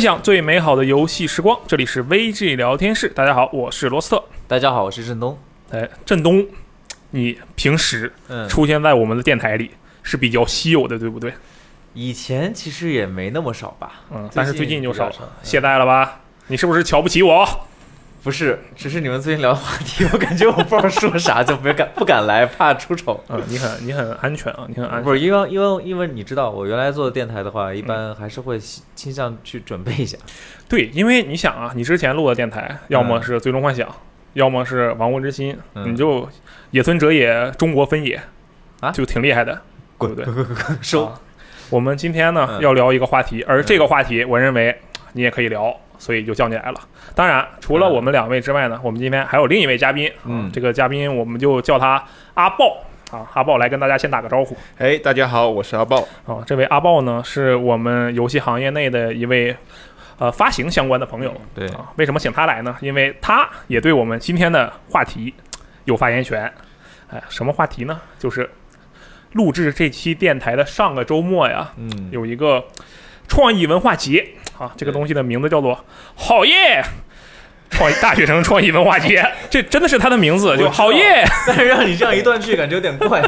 享最美好的游戏时光，这里是 VG 聊天室。大家好，我是罗斯特。大家好，我是振东。哎，振东，你平时嗯，出现在我们的电台里是比较稀有的，对不对？以前其实也没那么少吧，嗯，但是最近就少比较了，嗯懈怠了吧？你是不是瞧不起我？不是，只是你们最近聊的话题，我感觉我不知道说啥，就没敢不敢来，怕出丑。 嗯，你很你很安全啊，你很安全。不是因为因为因为你知道，我原来做电台的话，一般还是会倾倾向去准备一下。对，因为你想啊，你之前录的电台，要么是《最终幻想》，要么是《王国之心》，嗯你就野村哲也中国分野啊就挺厉害的，对不对？收啊我们今天呢、嗯要聊一个话题，嗯而这个话题我认为你也可以聊，所以就叫你来了。当然，除了嗯我们两位之外呢，我们今天还有另一位嘉宾，啊嗯这个嘉宾我们就叫他阿豹啊，阿豹来跟大家先打个招呼哎，大家好，我是阿豹。啊。这位阿豹呢，是我们游戏行业内的一位呃发行相关的朋嗯友对，啊。为什么请他来呢？因为他也对我们今天的话题有发言权。哎，什么话题呢？就是录制这期电台的上个周末呀，嗯，有一个创意文化节啊，这个东西的名字叫做“好耶”。创意 大学生创意文化 节，这真的是他的名字，就道好耶。但是让你这样一断句，感觉有点怪。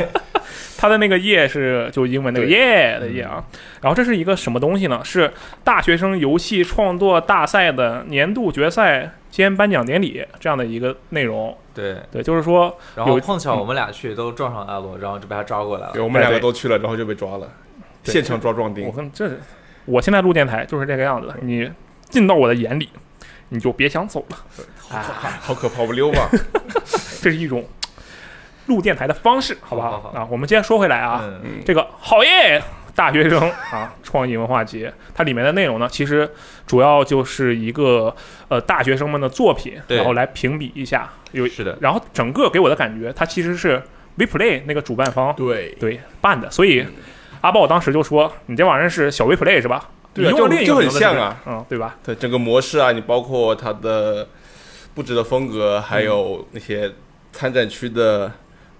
他的那个“耶”是就英文那个“对耶”的“耶”啊。嗯然后这是一个什么东西呢？是大学生游戏创作大赛的年度决赛兼颁奖典礼这样的一个内容。对，对，就是说，然有后碰巧我们俩去都撞上阿罗，然后就被他抓过来哎对，了。我们两对个都去了，然后就被抓了，对现场抓壮我丁。跟这，我现在录电台就是这个样子。你进到我的眼里，你就别想走了。好可怕，我们溜 吧。这是一种录电台的方式，好不好？好好好啊，我们今天说回来啊，嗯，嗯，这个好耶大学生啊创意文化节，它里面的内容呢，其实主要就是一个呃大学生们的作品，对然后来评比一下。有，是的，然后整个给我的感觉，它其实是 WePlay 那个主办方对，嗯对办的，所以阿豹当时就说：“你这玩意儿是小 WePlay 是吧？”对啊你用就另一个就很名字是不是像啊，嗯，对吧？对，整个模式啊，你包括它的布置的风格，还有那些参展区的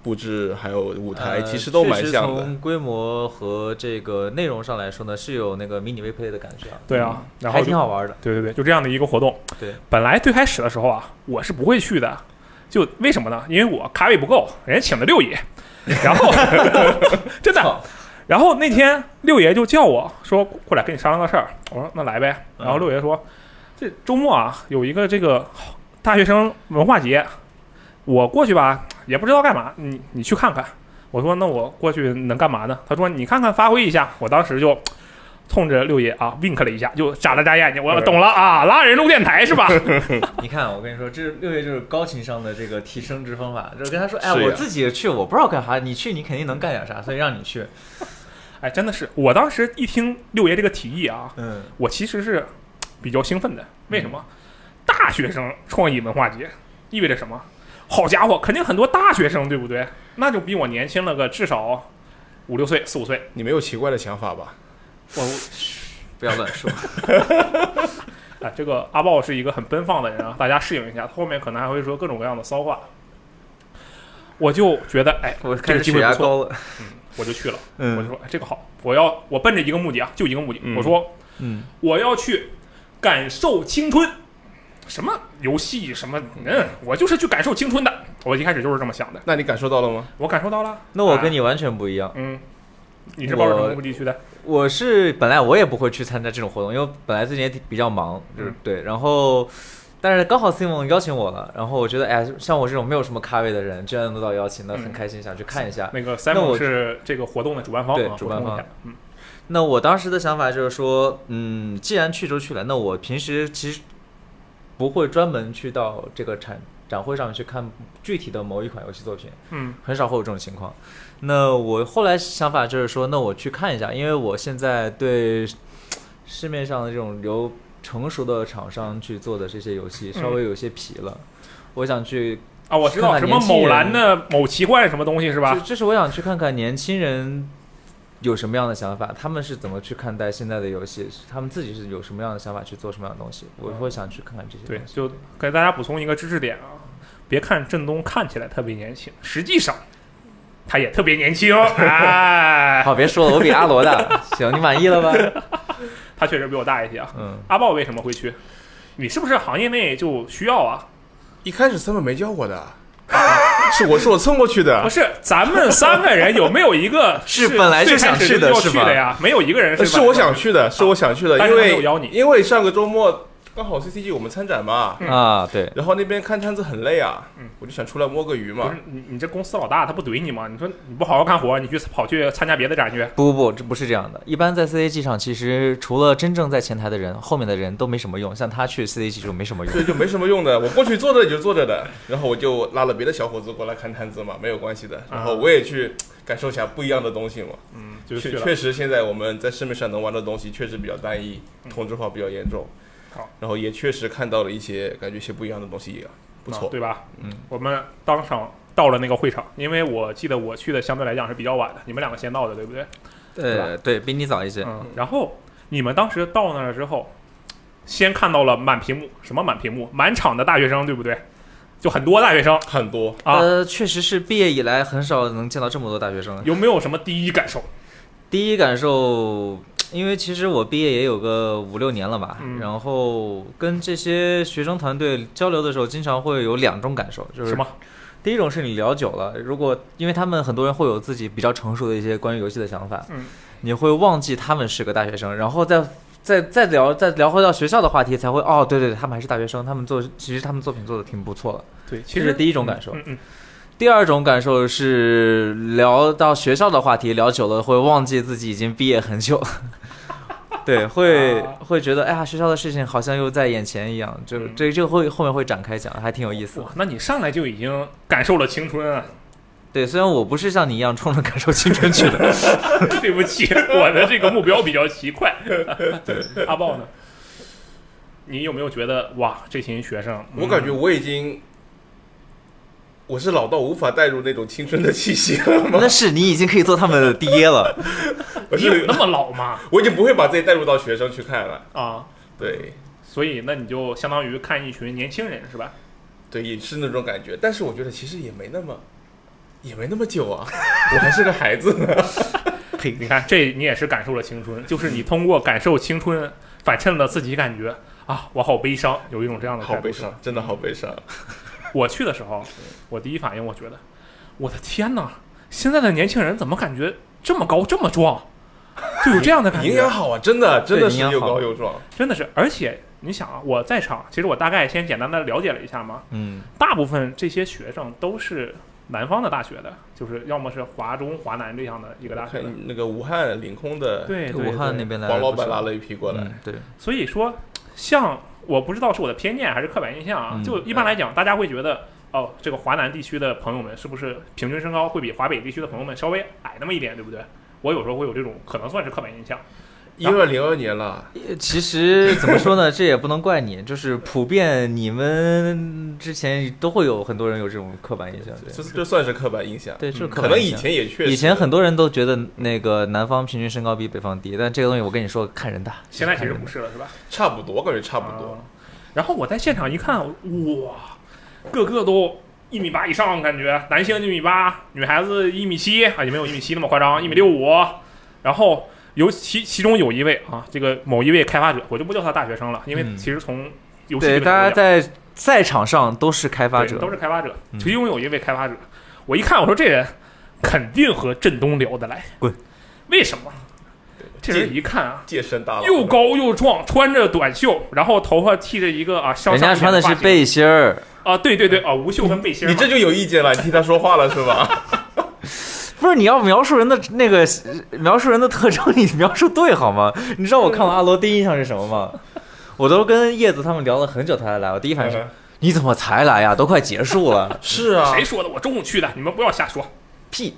布置，还有舞台，呃其实都蛮确实像的。从规模和这个内容上来说呢，是有那个迷你 VPlay 的感觉啊，对嗯啊，然后还就挺好玩的。对对对，就这样的一个活动。对，本来最开始的时候啊，我是不会去的，就为什么呢？因为我咖位不够，人家请的六爷，然后 真的，操然后那天六爷就叫我说过来跟你商量个事儿，我说那来呗。嗯然后六爷说，这周末啊有一个这个大学生文化节，我过去吧也不知道干嘛，你你去看看。我说那我过去能干嘛呢？他说你看看发挥一下。我当时就冲着六爷啊 wink 了一下，就眨了眨眼睛，我懂了啊，拉人录电台是吧？你看，我跟你说，这六月就是高情商的这个提升之方法，就是跟他说，哎，是呀我自己去，我不知道干啥，你去你肯定能干点啥，所以让你去。哎，真的是，我当时一听六爷这个提议啊，嗯，我其实是比较兴奋的。为什么？大学生创意文化节意味着什么？好家伙，肯定很多大学生，对不对？那就比我年轻了个至少五六岁、四五岁。你没有奇怪的想法吧？我不要乱说。哎，这个阿豹是一个很奔放的人啊，大家适应一下，后面可能还会说各种各样的骚话。我就觉得，哎，我这开个始机血会压不错，高了。我就去了。我就嗯说，哎，这个好，我要我奔着一个目的啊，就一个目的，嗯我说嗯，我要去感受青春。什么游戏什么嗯，我就是去感受青春的。我一开始就是这么想的，那你感受到了吗？我感受到了。那我啊跟你完全不一样。嗯，你是抱着什么我目的去的？我是本来我也不会去参加这种活动，因为本来最近也挺比较忙，就是嗯对，然后。但是刚好 Simon 邀请我了，然后我觉得，哎呀，像我这种没有什么咖位的人，居然能得到邀请，那很嗯开心，想去看一下。那个那 Simon 我是这个活动的主办方对啊，主办补充一方下。嗯，那我当时的想法就是说，嗯，既然去就去了，那我平时其实不会专门去到这个展展会上面去看具体的某一款游戏作品，嗯很少会有这种情况。那我后来想法就是说，那我去看一下，因为我现在对市面上的这种由成熟的厂商去做的这些游戏稍微有些疲了，我想去啊，我知看道看什么年轻某人蓝的某奇幻什么东西是就吧？就是我想去看看年轻人有什么样的想法，他们是怎么去看待现在的游戏，他们自己是有什么样的想法去做什么样的东西，我会想去看看这些对，东西。就给大家补充一个知识点啊，别看振东看起来特别年轻，实际上他也特别年轻。哎， 好，别说了，我比阿罗大，行，你满意了吧？他确实比我大一些啊。嗯，阿豹为什么会去？你是不是行业内就需要啊？一开始三本没教我的， 是我是我蹭过去不 的，是，咱们三个人有没有一个啊 是本来就最开想始去的要是去吧的呀？没有一个人是是我想去的，是我想去的，但因是他没有为邀你因为上个周末刚好 CCG 我们参展嘛，嗯啊，对，然后那边看摊子很累啊嗯，我就想出来摸个鱼不嘛是。你，你这公司老大他不怼你吗？你说你不好好干活，你去跑去参加别的展去，不不不，这不是这样的。一般在 CAG 上，其实除了真正在前台的人，后面的人都没什么用。像他去 CAG 就没什么用。对，就没什么用的。我过去坐着也就坐着的，然后我就拉了别的小伙子过来看摊子嘛，没有关系的。然后我也去感受一下不一样的东西嘛。嗯，啊就去确了。确实，现在我们在市面上能玩的东西确实比较单一，同质化比较严重。嗯好，然后也确实看到了一些感觉一些不一样的东西，也不啊错。对吧？嗯，我们当场到了那个会场，因为我记得我去的相对来讲是比较晚的，你们两个先到的，对不对？呃，对比你早一些。嗯。然后你们当时到那儿之后，先看到了满屏幕，什么满屏幕？满场的大学生，对不对？就很多大学生很多，啊。呃，确实是毕业以来很少能见到这么多大学生。有没有什么第一感受？第一感受，因为其实我毕业也有个五六年了吧，嗯然后跟这些学生团队交流的时候，经常会有两种感受，就是什么？第一种是你聊久了，如果因为他们很多人会有自己比较成熟的一些关于游戏的想法，嗯，你会忘记他们是个大学生，然后再再再聊再聊回到学校的话题，才会哦，对对，对他们还是大学生，他们做其实他们作品做的挺不错的，对，这其是实第一种感受。嗯嗯，第二种感受是聊到学校的话题，聊久了会忘记自己已经毕业很 久了。对，会啊会觉得，哎呀，学校的事情好像又在眼前一样，就嗯这这会后面会展开讲，还挺有意思的哇。，那你上来就已经感受了青春啊！ 对，虽然我不是像你一样冲着感受青春去 的，对不起， 我的这个目标比较奇 快。 阿豹呢？你有没有觉得哇，这群学生，嗯我感觉我已经，我是老到无法带入那种青春的气息了 吗？那是你已经可以做他们的爹了。 我你有是那么老吗？我已经不会把自己带入到学生去看了。啊，对所以那你就相当于看一群年轻人是吧？对，也是那种感觉，但是我觉得其实也没那么。也没那么久啊，我还是个 孩子呢。呸！你看，这你也是感受了青春，就是你通过感受青春，反衬了自己感觉啊，我好悲伤，有一种这样的好态度悲。伤，真的好悲伤。我去的时候，我第一反应我觉得，我的天哪，现在的年轻人怎么感觉这么高这么壮，就有这样的感营觉养。好啊，真的真的是嗯营养又好高又壮。真的是，而且你想啊，我在场，其实我大概先简单的了解了一下嘛，嗯，大部分这些学生都是南方的大学的，就是要么是华中、华南这样的一个大我学的，看那个武汉领空的对对，武汉对那边来哎王老不少板拉了一批过来，嗯对，所以说，像我不知道是我的偏见还是刻板印象啊，嗯就一般来讲，大家会觉得。哦，这个华南地区的朋友们是不是平均身高会比华北地区的朋友们稍微矮那么一点，对不对？我有时候会有这种可能算是刻板印象。一二零二年了，呃其实怎么说呢，这也不能怪你，就是普遍你们之前都会有很多人有这种刻板印象，对这这算是刻板印象。对，这是刻可板能印以象前也确实，以前很多人都觉得那个南方平均身高比北方低，但这个东西我跟你说看人大，现在其实看人不是了，是吧？差不多，我感觉差不啊多。然后我在现场一看，哇，个个都一米八以上，感觉男性一米八，女孩子一米七啊，也没有一米七那么夸张，一米六五。然后尤其其中有一位啊，这个某一位开发者，我就不叫他大学生了，因为嗯其实从游大。戏对，这个角大家度讲在赛场上都是开发对者都，是开发者，嗯其中有一位开发者，我一看我说这人肯定和振东聊得来，滚！为什么？这这人一看啊，健身大佬又高又壮，穿着短袖，然后头发剃着一个啊，向人上家一点穿的是发型背心儿，啊，对对对啊，无袖跟背心儿嘛。你这就有意见了，你替他说话了是吧？ 不是你要描述人的那个描述人的特征， 你描述对好吗？你知道我看完阿罗第一印象是什么吗？我都跟叶子他们聊了很久，他才来。我第一反应嗯是：你怎么才来啊呀？都快结束 了。是啊，谁说的？我中午去的，你们不要瞎说。屁！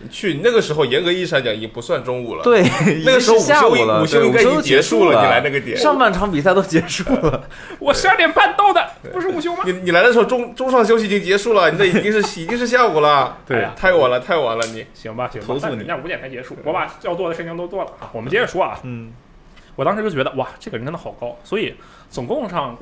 你去那个时候，严格意义上讲已经不算中午了。，对， 那个时候已经是下午了，午休对应该已都经结束了，你来那个点。上半场比赛都结束了， 我十二点半到的，不是午休吗？你你来的时候中中场休息已经结束了，你这已经是已经是下午了， 对哎呀太晚了太晚了你。行吧，行吧，投诉但你人家五点才结束，我把要做的事情都做了啊。我们接着说啊，嗯，我当时就觉得哇，这个人真的好高，所嗯以总共上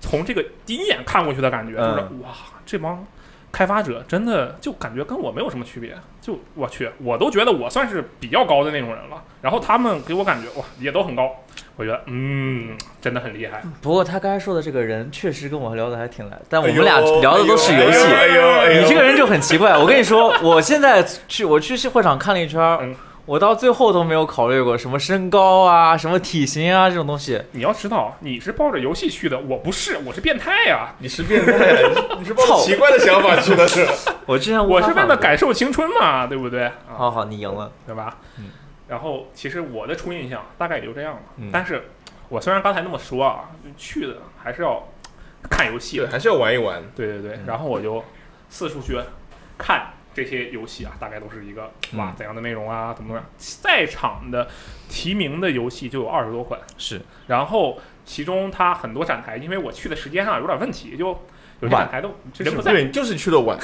从这个第一眼看过去的感觉就是、哇，这帮开发者真的就感觉跟我没有什么区别，就我去，我都觉得我算是比较高的那种人了。然后他们给我感觉哇，也都很高，我觉得嗯，真的很厉害。不过他刚才说的这个人确实跟我聊的还挺来，但我哎们呦俩聊的都是游戏。哎呦哎呦，你这个人就很奇怪， 我跟你说，我现在去我去会场看了一圈儿嗯，我到最后都没有考虑过什么身高啊、什么体型啊这种东西。你要知道，你是抱着游戏去的，我不是，我是变态呀、你是变态，你是你是抱着操奇怪的想法去的是吧？ 我之前无我法是为反了驳。感受青春嘛，对不对？啊，好好，你赢了。对吧？嗯然后其实我的初印象大概也就这样了。嗯但是我虽然刚才那么说啊，去的还是要看游戏对，的，还是要玩一玩。对对嗯对，然后我就四处去看这些游戏啊，大概都是一个哇嗯怎样的内容啊，怎么怎么样。在场的提名的游戏就有二十多款，是然后其中它很多展台，因为我去的时间上有点问题，就有些晚展台都就是人不在，对，你就是去了玩。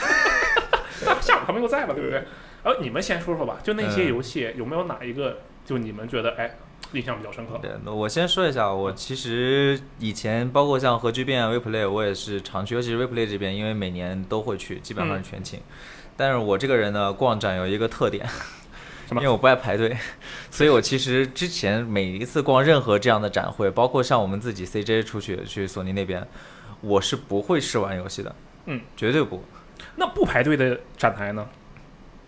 大下午他们又在了，对不对？然后你们先说说吧，就那嗯些游戏有没有哪一个就你们觉得哎印象比较深刻？对，那我先说一下，我其实以前包括像核聚变、WePlay，我也啊是常去，尤其是 WePlay 这边，因为每年都会去，基本上是嗯全勤。但是我这个人呢，逛展有一个特点，什因么为我不爱排队，所以我其实之前每一次逛任何这样的展会，包括像我们自己 CJ 出去去索尼那边，我是不会试玩游戏的，嗯，绝对不。那不排队的展台呢？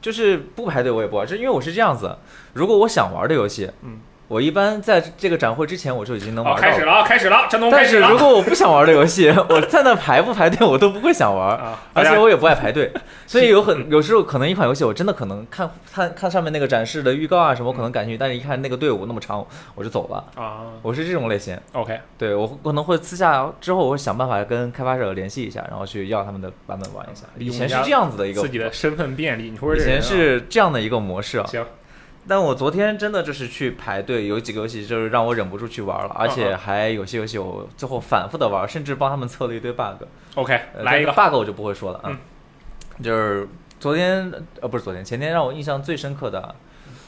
就是不排队我也不玩，是因为我是这样子，如果我想玩的游戏，嗯，我一般在这个展会之前我就已经能玩好，到了。开始了啊，开始了，陈东开但始是了。如果我不想玩的游戏， 我在那排不排队我都不会想玩，啊，大而家且我也不爱排 队，所以有很有时候可能一款游戏我真的可能看看看上面那个展示的预告啊什么，我可能感兴趣，但是一看那个队伍那么长，我就走了。啊我是这种类型， ，OK，对我可能会私下之后我会想办法跟开发者联系一下，然后去要他们的版本玩一下。以前是这样子的一个，自己的身份便利，你说以这前人啊是这样的一个模式啊。行，但我昨天真的就是去排队，有几个游戏就是让我忍不住去玩了，而且还有些游戏我最后反复的玩，甚至帮他们测了一堆 bug。 OK，呃来一个但是 bug 我就不会说了啊。就是昨天呃不是昨天，前天让我印象最深刻的啊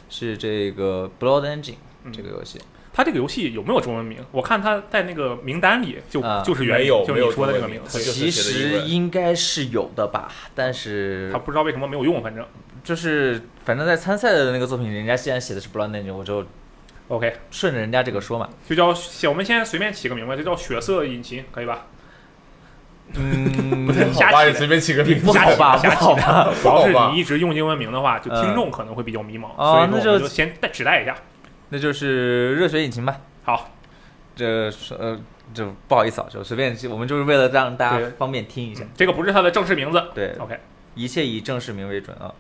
是这个 Blood Engine 嗯这个游戏，它这个游戏有没有中文名？我看它在那个名单里就、啊就是原没有就没是你有说的这个中文名名字，就其是写的英实文应该是有的吧，但是他不知道为什么没有用，反正就是反正在参赛的那个作品，人家既然写的是 Blood Engine，我就 OK，顺着人家这个说嘛。就叫我们先随便起个名吧，就叫血色引擎，可以吧？嗯，不太好吧，你随便起个名不字。好吧，不瞎起好吧。 主要不好是吧你一直用英文名的话，就嗯听众可能会比较迷茫，哦所以那说我就们就先带指代一下。那就是热血引擎吧。好，这是呃，就不好意思啊，就随便，我们就是为了让大对家方便听一下。这个不是它的正式名字。对， OK，一切以正式名为准啊。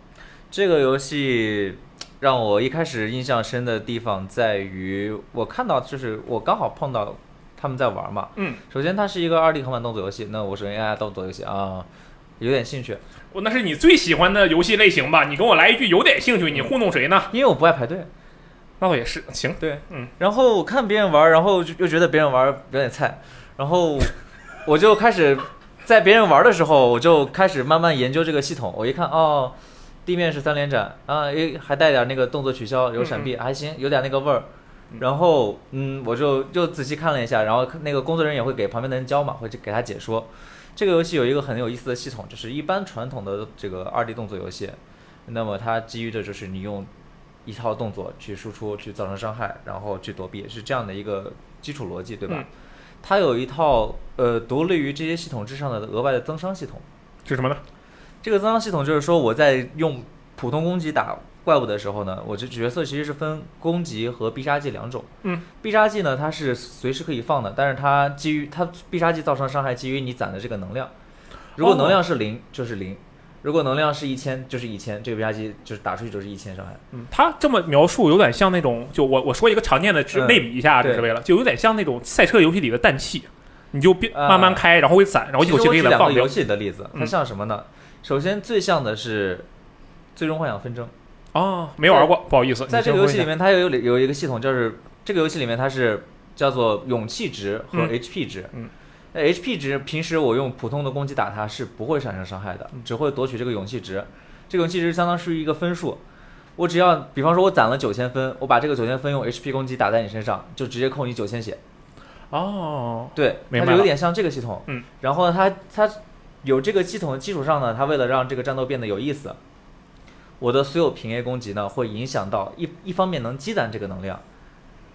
这个游戏让我一开始印象深的地方在于，我看到就是我刚好碰到他们在玩嘛。嗯，首先它是一个二 D 横版动作游戏，那我首先爱动作游戏啊，有点兴趣，我那是你最喜欢的游戏类型吧？你跟我来一句有点兴趣，你糊弄谁呢？因为我不爱排队。那倒也是，行，对，嗯。然后我看别人玩儿，然后就又觉得别人玩儿有点菜，然后我就开始在别人玩儿的时候，我就开始慢慢研究这个系统。我一看，哦，地面是三连斩啊，诶，还带点那个动作取消，有闪避，还行，有点那个味儿。然后，嗯，我就又仔细看了一下，然后那个工作人员也会给旁边的人教嘛，会给他解说。这个游戏有一个很有意思的系统，就是一般传统的这个二 D 动作游戏，那么它基于的就是你用一套动作去输出，去造成伤害，然后去躲避，是这样的一个基础逻辑，对吧？嗯它有一套呃独立于这些系统之上的额外的增伤系统。是什么呢？这个增伤系统就是说，我在用普通攻击打怪物的时候呢，我这角色其实是分攻击和必杀技两种。嗯，必杀技呢，它是随时可以放的，但是它基于它必杀技造成的伤害基于你攒的这个能量，如果哦能量是零就是零，如果能量是一千就是一千，这个必杀技就是打出去就是一千伤害。嗯，他这么描述有点像那种，就我我说一个常见的只嗯类比一下，对只是为了，就有点像那种赛车游戏里的氮气，你就别啊慢慢开，然后会散，然后一口其实气给我举它两放个掉游。戏的例子，它嗯像什么呢？首先最像的是《最终幻想纷争》。哦，没玩过，不好意思。在你这先个游说一戏下里，面，它有有一个系统，就是这个游戏里面它是叫做勇气值和嗯 HP 值。嗯那 HP 值平时我用普通的攻击打它是不会产生伤害嗯的，只会夺取这个勇气值。这个勇气值相当是一个分数，我只要比方说我攒了九千分，我把这个九千分用 HP 攻击打在你身上，就直接扣你九千血。哦，对，明它是白有了点像这个系统。嗯，然后它它有这个系统的基础上呢，它为了让这个战斗变得有意思，我的所有平 A 攻击呢，会影响到一一方面能积攒这个能量，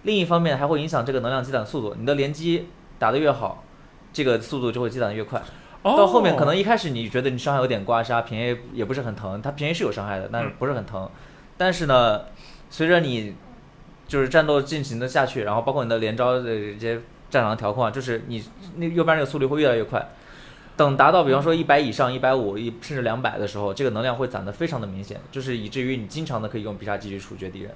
另一方面还会影响这个能量积攒速度。你的连击打得越好，这个速度就会积攒得越快。哦到后面可能一开始你觉得你伤害有点刮痧，平 A 也不是很疼，它平 A 是有伤害的，嗯但是不是很疼。但是呢，随着你就是战斗进行的下去，然后包括你的连招的这些战场的调控啊，就是你那右边那个速率会越来越快。等达到比方嗯说一百以上、一百五、一甚至两百的时候，这个能量会攒得非常的明显，就是以至于你经常的可以用必杀技去处决敌人。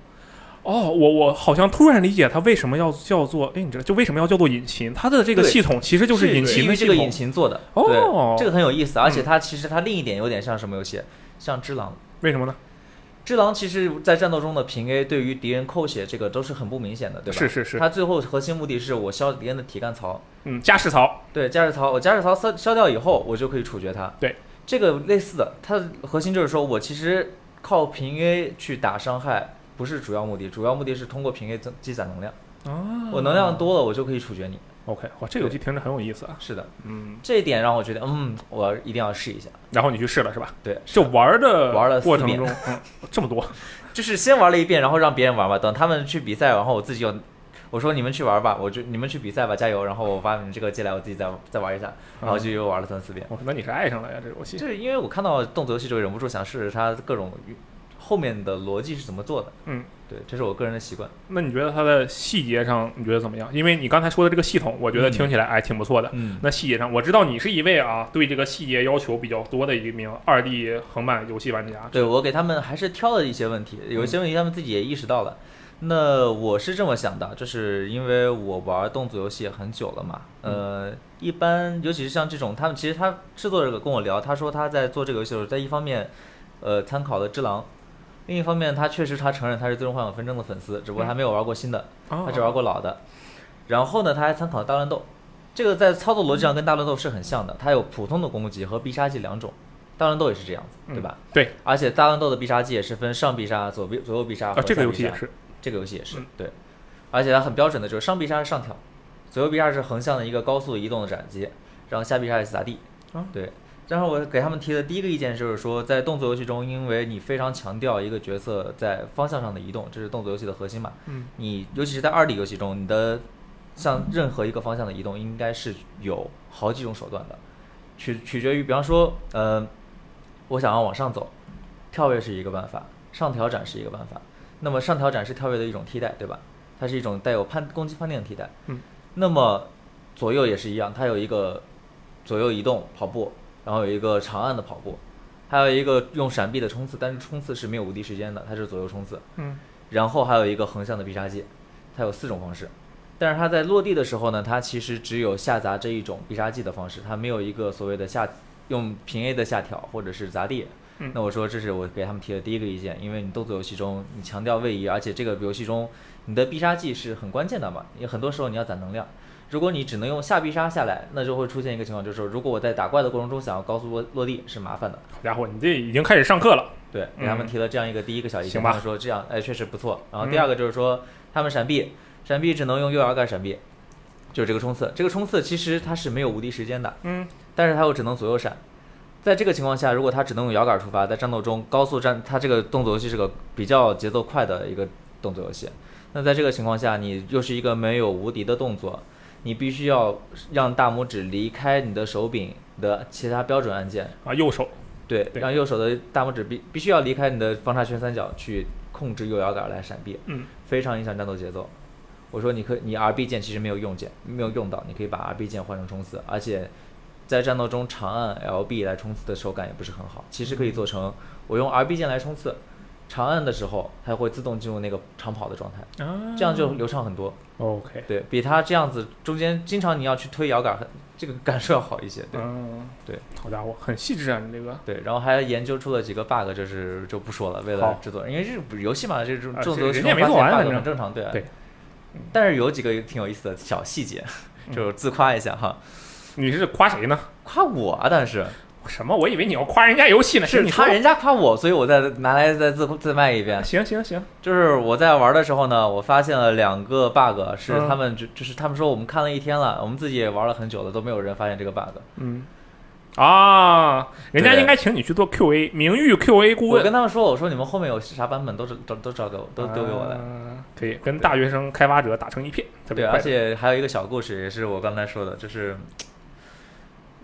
哦，我我好像突然理解它为什么要叫做，哎，你知道就为什么要叫做引擎？它的这个对系统其实就是引基擎于的这系个统。引擎做的。哦对，这个很有意思，而且它其实它另一点有点像什么游戏，像《只狼》。为什么呢？只狼其实，在战斗中的平 A 对于敌人扣血这个都是很不明显的，对吧？是是是它最后核心目的是我消敌人的体干槽，嗯，加世槽。对加士槽，我加士槽消消掉以后，我就可以处决它。对，这个类似的，它的核心就是说我其实靠平 A 去打伤害不是主要目的，主要目的是通过平 A 增积攒能量。啊哦我能量多了，我就可以处决你。 OK，哇，这个游戏听着很有意思啊。是的，嗯，这一点让我觉得，嗯，我一定要试一下。然后你去试了是吧？对，就玩的玩了四过程遍中，嗯，这么多，就是先玩了一遍，然后让别人玩吧。等他们去比赛，然后我自己有，我说你们去玩吧，我就你们去比赛吧，加油。然后我把你们这个借来，我自己再再玩一下，然后就又玩了三四遍。我说那你是爱上了呀这游戏就。是因为我看到动作游戏，就忍不住想试试它各种呃后面的逻辑是怎么做的。嗯，对，这是我个人的习惯。那你觉得它的细节上你觉得怎么样？因为你刚才说的这个系统，我觉得嗯听起来哎挺不错的。嗯，那细节上，我知道你是一位啊对这个细节要求比较多的一名二 D 横版游戏玩家。对我给他们还是挑了一些问题，有一些问题他们自己也意识到了。那我是这么想的，就是因为我玩动作游戏很久了嘛，呃，一般尤其是像这种，他们其实他制作者跟我聊，他说他在做这个游戏的时候，在一方面，呃，参考了《只狼》，另一方面他确实他承认他是《最终幻想纷争》的粉丝，只不过他没有玩过新的，啊他只玩过老的。然后呢，他还参考了大乱斗，这个在操作逻辑上跟大乱斗是很像的，它有普通的攻击和必杀技两种，大乱斗也是这样子，对吧？嗯对而且大乱斗的必杀技也是分上必杀、左必左右必杀和啊，这个下游必戏杀也，是。这个游戏也是嗯对，而且它很标准的就是上必杀是上挑，左右必杀是横向的一个高速移动的斩击，然后下必杀是砸地啊，对。然后我给他们提的第一个意见就是说，在动作游戏中，因为你非常强调一个角色在方向上的移动，这是动作游戏的核心嘛。嗯，你尤其是在二 D 游戏中，你的向任何一个方向的移动，应该是有好几种手段的，取取决于，比方说，呃，我想要往上走，跳跃是一个办法，上挑斩是一个办法。那么上挑斩是跳跃的一种替代，对吧？它是一种带有判攻击判定的替代。嗯。那么左右也是一样，它有一个左右移动跑步，然后有一个长按的跑步，还有一个用闪避的冲刺，但是冲刺是没有无敌时间的，它是左右冲刺。嗯，然后还有一个横向的必杀技，它有四种方式。但是它在落地的时候呢，它其实只有下砸这一种必杀技的方式，它没有一个所谓的下用平 A 的下挑或者是砸地。嗯那我说这是我给他们提的第一个意见，因为你动作游戏中你强调位移，而且这个游戏中你的必杀技是很关键的嘛，也很多时候你要攒能量。如果你只能用下必杀下来，那就会出现一个情况，就是如果我在打怪的过程中想要高速落落地是麻烦的。好家伙，你这已经开始上课了。对，给他们提了这样一个第一个小意见，嗯行吧嗯他们说这样，哎，确实不错。然后第二个就是说，他们闪避，闪避只能用右摇杆闪避，就是这个冲刺。这个冲刺其实它是没有无敌时间的，嗯，但是它又只能左右闪。在这个情况下，如果他只能用摇杆出发，在战斗中高速战，它这个动作游戏是个比较节奏快的一个动作游戏。那在这个情况下，你又是一个没有无敌的动作，你必须要让大拇指离开你的手柄的其他标准按键，啊，右手对，对让右手的大拇指必必须要离开你的方叉圈三角去控制右摇杆来闪避，嗯，非常影响战斗节奏。我说你可你 RB 键其实没有用键，没有用到，你可以把 RB 键换成冲刺，而且在战斗中长按 LB 来冲刺的手感也不是很好。其实可嗯以做成我用 RB 键来冲刺，长按的时候它会自动进入那个长跑的状态，啊这样就流畅很多。 OK。对比它这样子中间经常你要去推摇杆，很这个感受要好一些。对。嗯，对，好家伙，很细致啊，你这个。对，然后还研究出了几个 bug，这是就不说了，为了好制作，因为这是游戏嘛，这种啊制这作游戏人家中没做发完现反 bug 很正正常，对啊对但是有几个挺有意思的小细节，嗯就是自夸一下哈，你是夸谁呢？夸我啊，但是什么？我以为你要夸人家游戏呢。是你他说人家夸我，所以我再拿来再自自卖一遍。行行行，就是我在玩的时候呢，我发现了两个 bug，是嗯他们就、就是他们说我们看了一天了，我们自己也玩了很久了，都没有人发现这个 bug。嗯，啊，人家对应该请你去做 QA，名誉 QA 顾我问跟。他们说，我说你们后面有啥版本都是都都找给我，都丢给我的。啊可以跟大学生开发者打成一片，特对，别快而乐。且还有一个小故事，也是我刚才说的，就是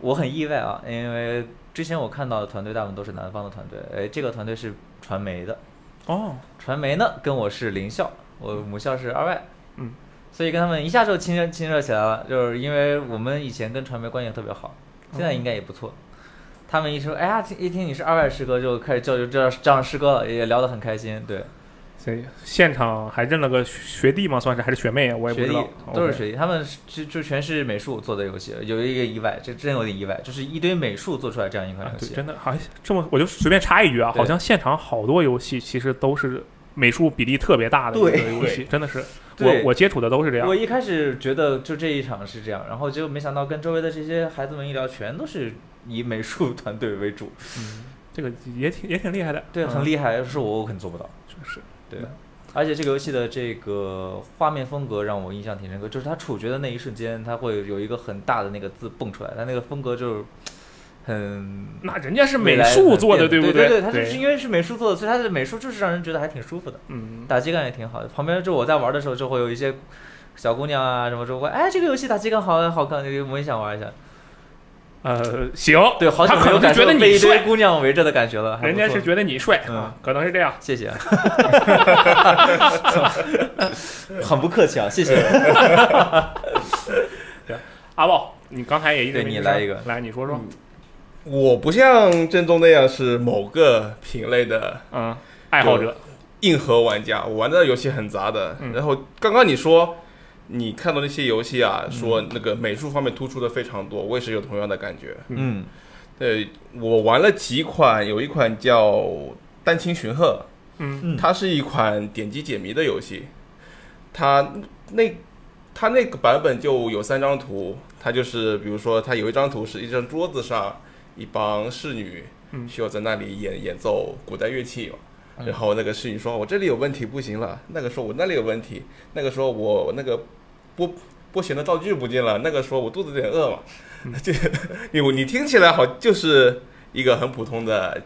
我很意外啊，因为之前我看到的团队大部分都是南方的团队，哎，这个团队是传媒的，哦，传媒呢跟我是邻校，我母校是二外，嗯，所以跟他们一下就亲热亲热起来了，就是因为我们以前跟传媒关系特别好，现在应该也不错。他们一说，哎呀，听一听你是二外师哥，就开始叫就这这样师哥了，也聊得很开心，对，所以现场还认了个学弟吗？算是还是学妹啊？我也不学知弟道，都是 OK 学弟，他们是就就全是美术做的游戏，有一个意外，这真有点意外，就是一堆美术做出来这样一款啊游对，戏，真的好像这么，我就随便插一句啊，对好像现场好多游戏其实都是美术比例特别大的一个对游戏，真的是我对我接触的都是这样我。一开始觉得就这一场是这样，然后结果没想到跟周围的这些孩子们一聊，全都是以美术 团队为主，嗯这个也挺也挺厉害的，对，嗯很，厉害，是我我肯定做不到，确实对。而且这个游戏的这个画面风格让我印象挺深刻，就是它处决的那一瞬间，它会有一个很大的那个字蹦出来，它那个风格就是很那人家是未美来术很做的，变不对对？对，它就是因为是美术做的，所以它的美术就是让人觉得还挺舒服的，嗯，打击感也挺好的。旁边就我在玩的时候，就会有一些小姑娘啊什么说，哎，这个游戏打击感好好看，这个我也想玩一下。呃，行，对，好久他没可有能感是觉受得被你一堆帅，姑娘围着的感觉了，还人不家错是觉得你帅嗯啊，可能是这样。谢谢 啊，很不客气啊，谢谢。阿豹，你刚才也一直对没你吱来声一个嗯来你说说，我不像郑宗那样是某个品类的嗯，爱好者，硬核玩家，我玩的游戏很杂的。嗯然后刚刚你说你看到那些游戏嗯啊，说那个美术方面突出的非常多，我也是有同样的感觉。嗯，对我玩了几款，有一款叫《丹青寻鹤》，嗯嗯它是一款点击解谜的游戏，它那它那个版本就有三张图，它就是比如说它有一张图是一张桌子上一帮侍女嗯需要在那里演演奏古代乐器嘛。嗯然后那个侍女说：“我这里有问题，不行了。”那个说：“我那里有问题。”那个说：“我那个拨拨弦的道具不见了。”那个说：“我肚子有点饿嘛。这你你听起来好就是一个很普通的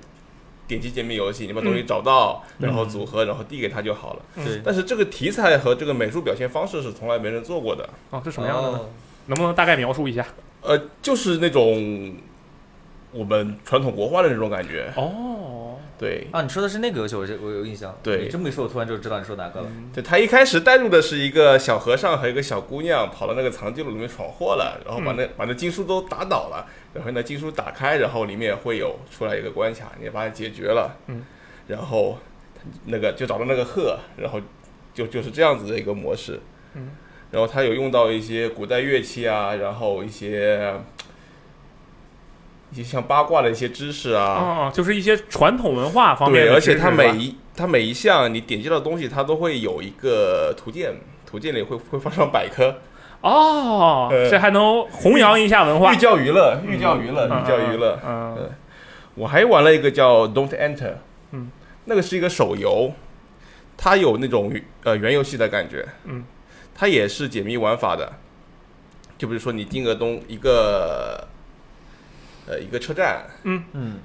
点击解密游戏，你把东西找到，然后组合，然后递给他就好了。嗯对，但是这个题材和这个美术表现方式是从来没人做过的。哦，是什么样的呢？？能不能大概描述一下？呃，就是那种我们传统国画的那种感觉。哦，对，啊，你说的是那个游戏，我这我有印象。对你这么一说，我突然就知道你说哪个了。嗯对他一开始带入的是一个小和尚和一个小姑娘跑到那个藏经楼里面闯祸了，然后把那、嗯把那经书都打倒了，然后那经书打开，然后里面会有出来一个关卡，你把它解决了，嗯，然后那个就找到那个鹤，然后就就是这样子的一个模式，嗯，然后他有用到一些古代乐器啊，然后一些一些像八卦的一些知识啊，哦，就是一些传统文化方面对，的而知识且它是每吧一它每一项你点击到的东西，它都会有一个图鉴，图鉴里会会放上百科。哦，呃这还能弘扬一下文化寓，教于乐，寓教于乐，嗯寓教于乐。嗯，嗯我还玩了一个叫 Don't Enter，嗯，那个是一个手游，它有那种呃原游戏的感觉，嗯，它也是解谜玩法的，就比如说你定个东一个呃一个车站，嗯，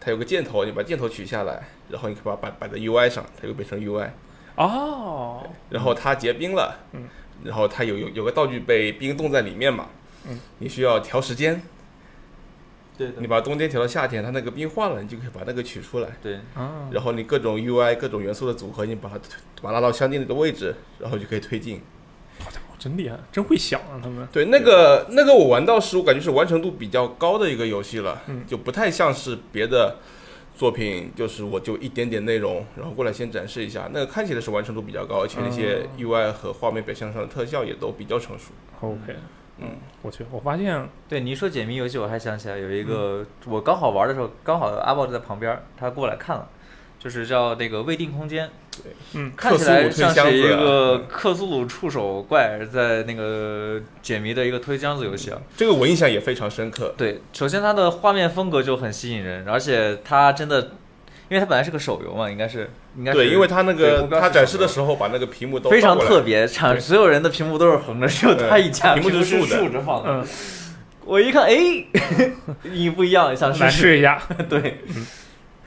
它有个箭头，你把箭头取下来，然后你可以把它摆摆在 UI 上，它就变成 UI。哦，然后它结冰了，嗯，然后它有有有个道具被冰冻在里面嘛，嗯，你需要调时间，对你把冬天调到夏天，它那个冰化了，你就可以把那个取出来，对，啊，然后你各种 UI 各种元素的组合，你把它推把它拉到相应的位置，然后就可以推进。好家伙，真厉害，真会想啊，他们，对，那个那个我玩到是我感觉是完成度比较高的一个游戏了，嗯就不太像是别的。作品就是我就一点点内容，然后过来先展示一下，那个看起来是完成度比较高，而且那些嗯 UI 和画面表现上的特效也都比较成熟。 OK，嗯，我去，我发现对，你一说解谜游戏，我还想起来嗯有一个，我刚好玩的时候，刚好阿豹就在旁边儿，他过来看了，就是叫那个未定空间。嗯看起来像是一个嗯克苏鲁触手怪在那个解谜的一个推箱子游戏啊。这个我印象也非常深刻。对，首先它的画面风格就很吸引人，而且它真的，因为它本来是个手游嘛，应该是应该是对，因为他那对个目标是他展示的手时候把那个屏幕都游非常倒过来特别，场所有人的屏幕都是横着，只有它一家屏幕幕是是竖着竖着放的。嗯我一看，哎， 你不一样，想试试，来试一下， 对，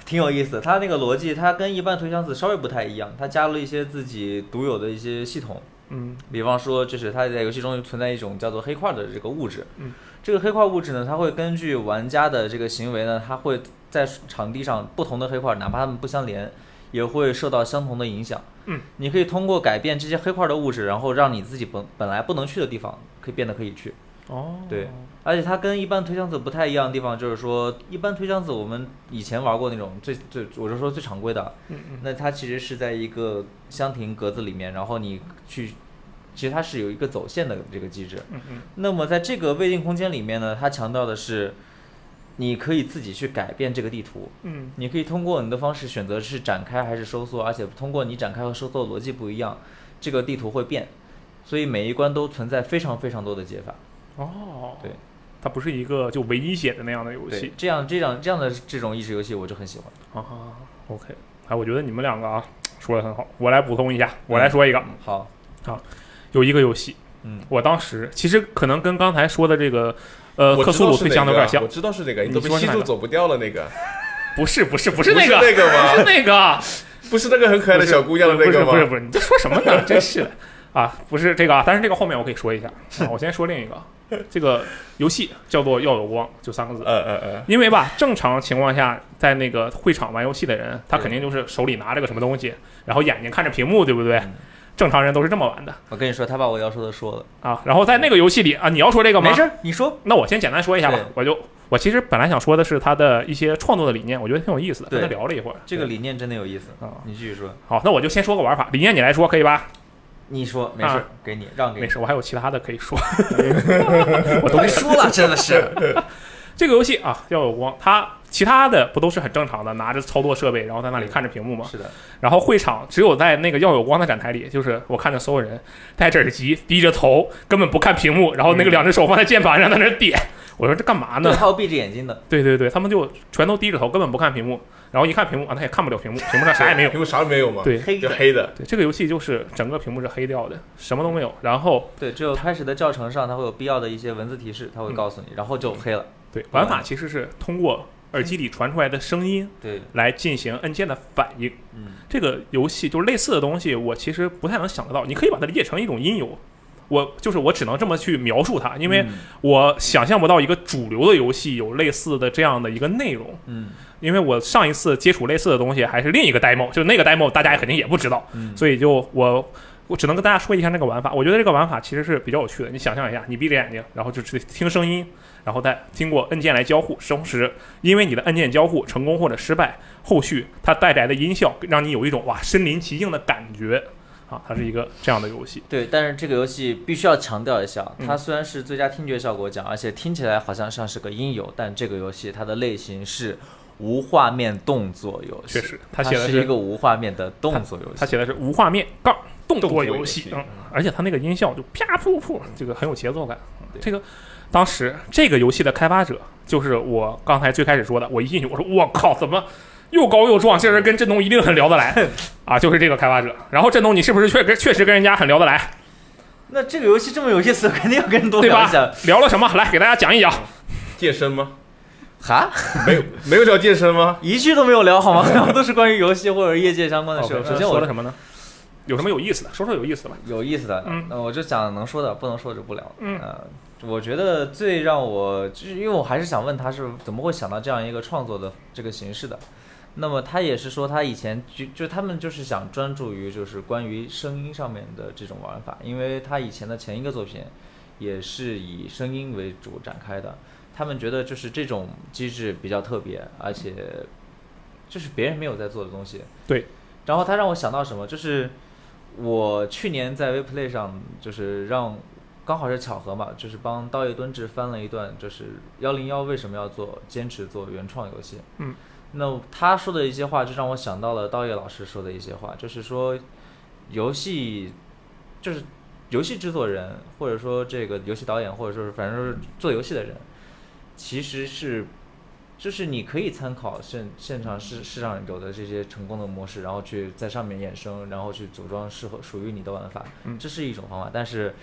挺有意思。它那个逻辑，它跟一般推箱子稍微不太一样，它加入了一些自己独有的一些系统。嗯比方说，就是它在游戏中存在一种叫做黑块的这个物质，嗯，这个黑块物质呢，它会根据玩家的这个行为呢，它会在场地上不同的黑块，哪怕它们不相连，也会受到相同的影响。嗯，你可以通过改变这些黑块的物质，然后让你自己本本来不能去的地方，可以变得可以去。哦，对，而且它跟一般推箱子不太一样的地方，就是说，一般推箱子我们以前玩过那种最最，我就说最常规的，嗯嗯那它其实是在一个箱庭格子里面，然后你去，其实它是有一个走线的这个机制。嗯嗯，那么在这个未定空间里面呢，它强调的是，你可以自己去改变这个地图，嗯你可以通过你的方式选择是展开还是收缩，而且通过你展开和收缩的逻辑不一样，这个地图会变，所以每一关都存在非常非常多的解法。哦，对，它不是一个就唯一写的那样的游戏对，，这样这样这样的这种益智游戏我就很喜欢。啊，OK，哎，我觉得你们两个啊说的很好，我来补充一下，我来说一个，嗯好，有一个游戏，嗯，我当时其实可能跟刚才说的这个，呃，我克知苏道鲁是推哪箱个啊有点像我，知道是哪个，你你都被说是吸哪住个走不掉了那个，不是不是不不是那个不是那个不 吗？是那个，不是那个很可爱的小姑娘的不那是个不是吗？不是，你在说什么 呢？真是的啊，不是这个啊，但是这个后面我可以说一下啊，我先说另一个，这个游戏叫做要有光，就三个字。呃呃呃，因为吧，正常情况下，在那个会场玩游戏的人，他肯定就是手里拿着个什么东西，然后眼睛看着屏幕，对不对嗯？正常人都是这么玩的我跟你说，他把我要说的说了，啊。然后在那个游戏里啊，你要说这个吗？没事儿，你说。那我先简单说一下吧对，我就我其实本来想说的是他的一些创作的理念，我觉得挺有意思的，对嗯跟他聊了一会儿。这个理念真的有意思啊你继续说。好，那我就先说个玩法，理念你来说可以吧？你说啊没事儿，给你让给没你。事，我还有其他的可以说。 我都输了，真的是。这个游戏啊，要有光，它其他的不都是很正常的，拿着操作设备，然后在那里看着屏幕吗？是的，然后会场只有在那个耀有光的展台里，就是我看着所有人戴着耳机、低着头，根本不看屏幕，然后那个两只手放在键盘上在那儿点。我说这干嘛呢对，？他要闭着眼睛的。对对对，他们就全都低着头，根本不看屏幕。然后一看屏幕啊，他也看不了屏幕，屏幕上啥也 没有。屏幕啥都没有嘛，对黑就的黑的，对，这个游戏就是整个屏幕是黑掉的，什么都没有。然后对，只有开始的教程上，它会有必要的一些文字提示，它会告诉你，然后就黑了。对玩法其实是通过耳机里传出来的声音对，来进行按键的反应。嗯，这个游戏就是类似的东西，我其实不太能想得到。你可以把它理解成一种音游，我就是我只能这么去描述它，因为嗯我想象不到一个主流的游戏有类似的这样的一个内容。嗯因为我上一次接触类似的东西还是另一个 demo，就那个 demo 大家肯定也不知道，嗯，所以就我我只能跟大家说一下那个玩法。我觉得这个玩法其实是比较有趣的。你想象一下，你闭着眼睛，然后就去听声音，然后再经过按键来交互，同时因为你的按键交互成功或者失败，后续它带来的音效让你有一种哇身临其境的感觉啊！它是一个这样的游戏。对，但是这个游戏必须要强调一下，嗯它虽然是最佳听觉效果奖，而且听起来好像像是个音游，但这个游戏它的类型是无画面动作游戏。确实它它写的是是一个无画面的动作游它戏。写的是无画面杠动作游动作游戏嗯，而且它那个音效就啪噗噗，这个很有节奏感。对这个当时这个游戏的开发者就是我刚才最开始说的，我一进去我说我靠，怎么又高又壮，这人跟振东一定很聊得来啊，就是这个开发者。然后振东，你是不是确跟确实跟人家很聊得来，那这个游戏这么有意思，肯定要跟人多对聊吧一下。？聊了什么？来给大家讲一讲。健身吗？哈，没有没有聊健身吗？一句都没有聊好吗？ 聊都是关于游戏或者业界相关的事。 OK，首先嗯哦说了我什么呢？有什么有意思的？说说有意思的吧。有意思的，嗯那我就讲能说的，不能说就不聊。嗯呃我觉得最让我就是因为我还是想问他是怎么会想到这样一个创作的这个形式的。那么他也是说，他以前就就他们就是想专注于就是关于声音上面的这种玩法，因为他以前的前一个作品也是以声音为主展开的。他们觉得就是这种机制比较特别，而且就是别人没有在做的东西。对，然后他让我想到什么，就是我去年在 WePlay 上，就是让刚好是巧合嘛，就是帮道叶敦志翻了一段，就是幺零幺为什么要做坚持做原创游戏。嗯，那他说的一些话，就让我想到了道叶老师说的一些话，就是说游戏就是游戏制作人，或者说这个游戏导演，或者说是反正就是做游戏的人，其实是就是你可以参考现现场市市场有的这些成功的模式，然后去在上面衍生，然后去组装适合属于你的玩法嗯，这是一种方法。但是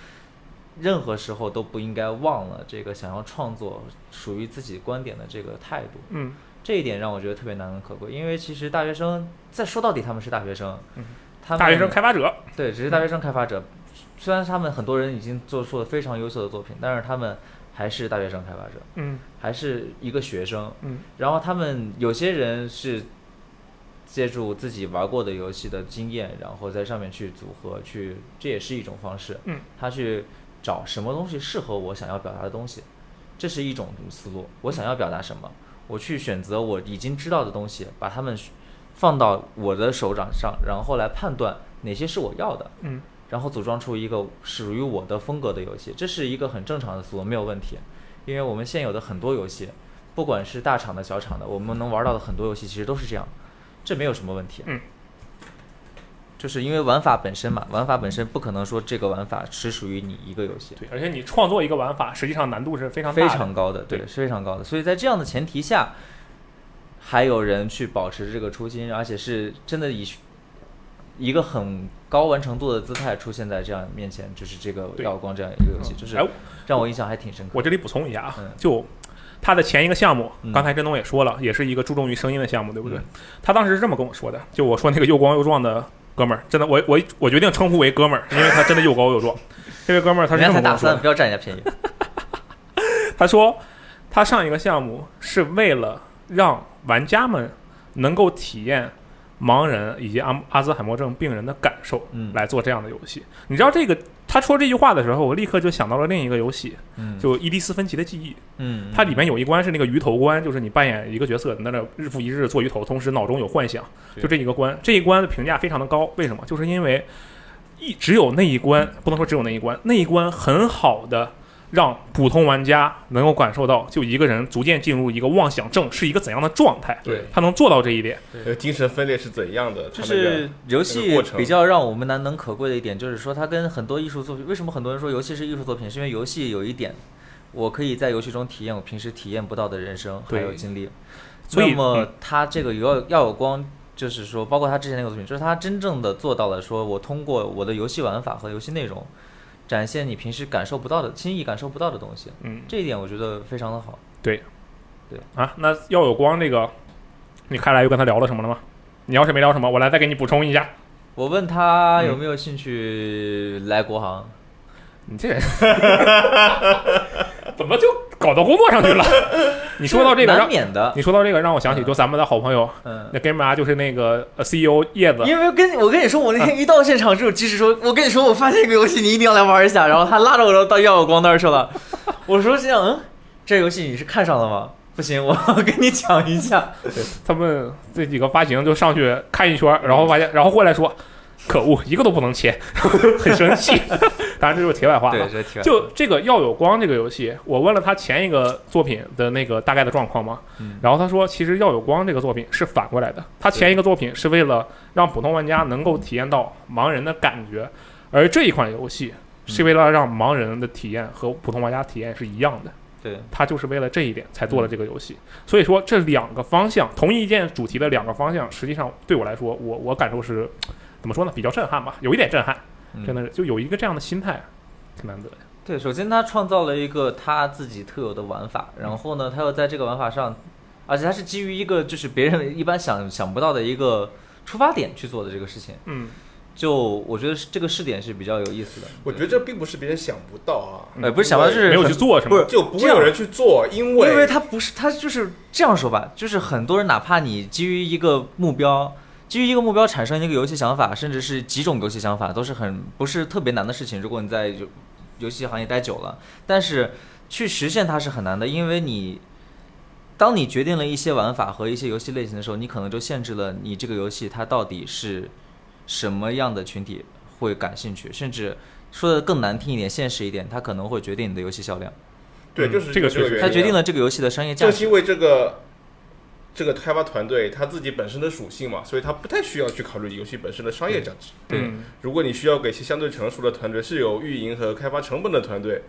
任何时候都不应该忘了这个想要创作属于自己观点的这个态度。嗯这一点让我觉得特别难能可贵，因为其实大学生，再说到底他们是大学生，嗯他们大学生开发嗯者，对，只是大学生开发者。虽然他们很多人已经做出了非常优秀的作品，但是他们还是大学生开发者，嗯还是一个学生。嗯然后他们有些人是借助自己玩过的游戏的经验，然后在上面去组合，去这也是一种方式。嗯，他去找什么东西适合我想要表达的东西，这是一种思路。我想要表达什么，我去选择我已经知道的东西，把它们放到我的手掌上，然后来判断哪些是我要的。嗯然后组装出一个属于我的风格的游戏，这是一个很正常的思路，没有问题。因为我们现有的很多游戏，不管是大厂的、小厂的，我们能玩到的很多游戏其实都是这样，这没有什么问题。嗯，就是因为玩法本身嘛，玩法本身不可能说这个玩法只属于你一个游戏，对，而且你创作一个玩法，实际上难度是非常大非的，常高的，对，对是非常高的。所以在这样的前提下，还有人去保持这个初心，而且是真的以一个很高完成度的姿态出现在这样面前，就是这个《对耀光》这样一个游戏，就是哎，让我印象还挺深刻。我这里补充一下啊嗯，就他的前一个项目嗯，刚才振东也说了，也是一个注重于声音的项目，对不对嗯？他当时是这么跟我说的，就我说那个又光又壮的哥们儿，真的，我我我决定称呼为哥们儿，因为他真的又高又壮。这位哥们儿他是人家这么才跟大我说三，的，不要占人家便宜。他说他上一个项目是为了让玩家们能够体验盲人以及阿阿兹海默症病人的感受，嗯来做这样的游戏。你知道这个他说这句话的时候，我立刻就想到了另一个游戏，嗯， 就伊迪丝芬奇的记忆。嗯，它里面有一关是那个鱼头关，就是你扮演一个角色，在那日复一日做鱼头，同时脑中有幻想，对就这一个关。这一关的评价非常的高，为什么？就是因为一只有那一关，不能说只有那一关，那一关很好的让普通玩家能够感受到，就一个人逐渐进入一个妄想症是一个怎样的状态，对他能做到这一点。呃精神分裂是怎样的？就他那个是游那个戏过程比较让我们难能可贵的一点，就是说它跟很多艺术作品，为什么很多人说游戏是艺术作品，是因为游戏有一点，我可以在游戏中体验我平时体验不到的人生还对有经历。所以嗯那么它这个要要有光，就是说，包括他之前那个作品，就是他真正的做到了，说我通过我的游戏玩法和游戏内容，展现你平时感受不到的、轻易感受不到的东西。嗯这一点我觉得非常的好。啊，那耀有光这个，你看来又跟他聊了什么了吗？你要是没聊什么，我来再给你补充一下。我问他有没有兴趣来国行，你这人 怎么就搞到工作上去 了？你说到这个难让免的，你说到这个让我想起，嗯就咱们的好朋友嗯。那 Game R 就是那个呃 CEO 叶子，因为跟我跟你说，我那天一到现场之后，即使说，我跟你说，我发现一个游戏，你一定要来玩一下。然后他拉着我到耀有光那儿去 了。我说心想，嗯，这游戏你是看上了吗？不行，我我跟你讲一下。他们这几个发行就上去看一圈儿，然后发现，然后过来说，可恶，一个都不能切， 很生气。当然这就是题外话 对了，。这挺就这个《耀有光》这个游戏，我问了他前一个作品的那个大概的状况嘛，嗯然后他说，其实《耀有光》这个作品是反过来的，他前一个作品是为了让普通玩家能够体验到盲人的感觉，而这一款游戏嗯是为了让盲人的体验和普通玩家体验是一样的，对，他就是为了这一点才做嗯了这个游戏。所以说，这两个方向，同一件主题的两个方向，实际上对我来说，我我感受是怎么说呢？比较震撼吧，有一点震撼，嗯真的是就有一个这样的心态，挺难得的。对。首先，他创造了一个他自己特有的玩法，然后呢，他又在这个玩法上，而且他是基于一个就是别人一般想想不到的一个出发点去做的这个事情。嗯。就我觉得是这个试点是比较有意思的。我觉得这并不是别人想不到啊，嗯呃，不是想到，就是没有很去做什么，不是就不这会样有人去做，因因为为他不是他就是这样说吧，就是很多人哪怕你基于一个目标，基于一个目标产生一个游戏想法，甚至是几种游戏想法，都是很不是特别难的事情。如果你在游游戏行业待久了，但是去实现它是很难的，因为你当你决定了一些玩法和一些游戏类型的时候，你可能就限制了你这个游戏它到底是什么样的群体会感兴趣，甚至说的更难听一点、现实一点，它可能会决定你的游戏销量，对，嗯就是这个这确个实原因啊它决定了这个游戏的商业价正值。是因为这个这个开发团队他自己本身的属性嘛，所以他不太需要去考虑游戏本身的商业价值。对嗯如果你需要给一些相对成熟的团队，是有运营和开发成本的团队，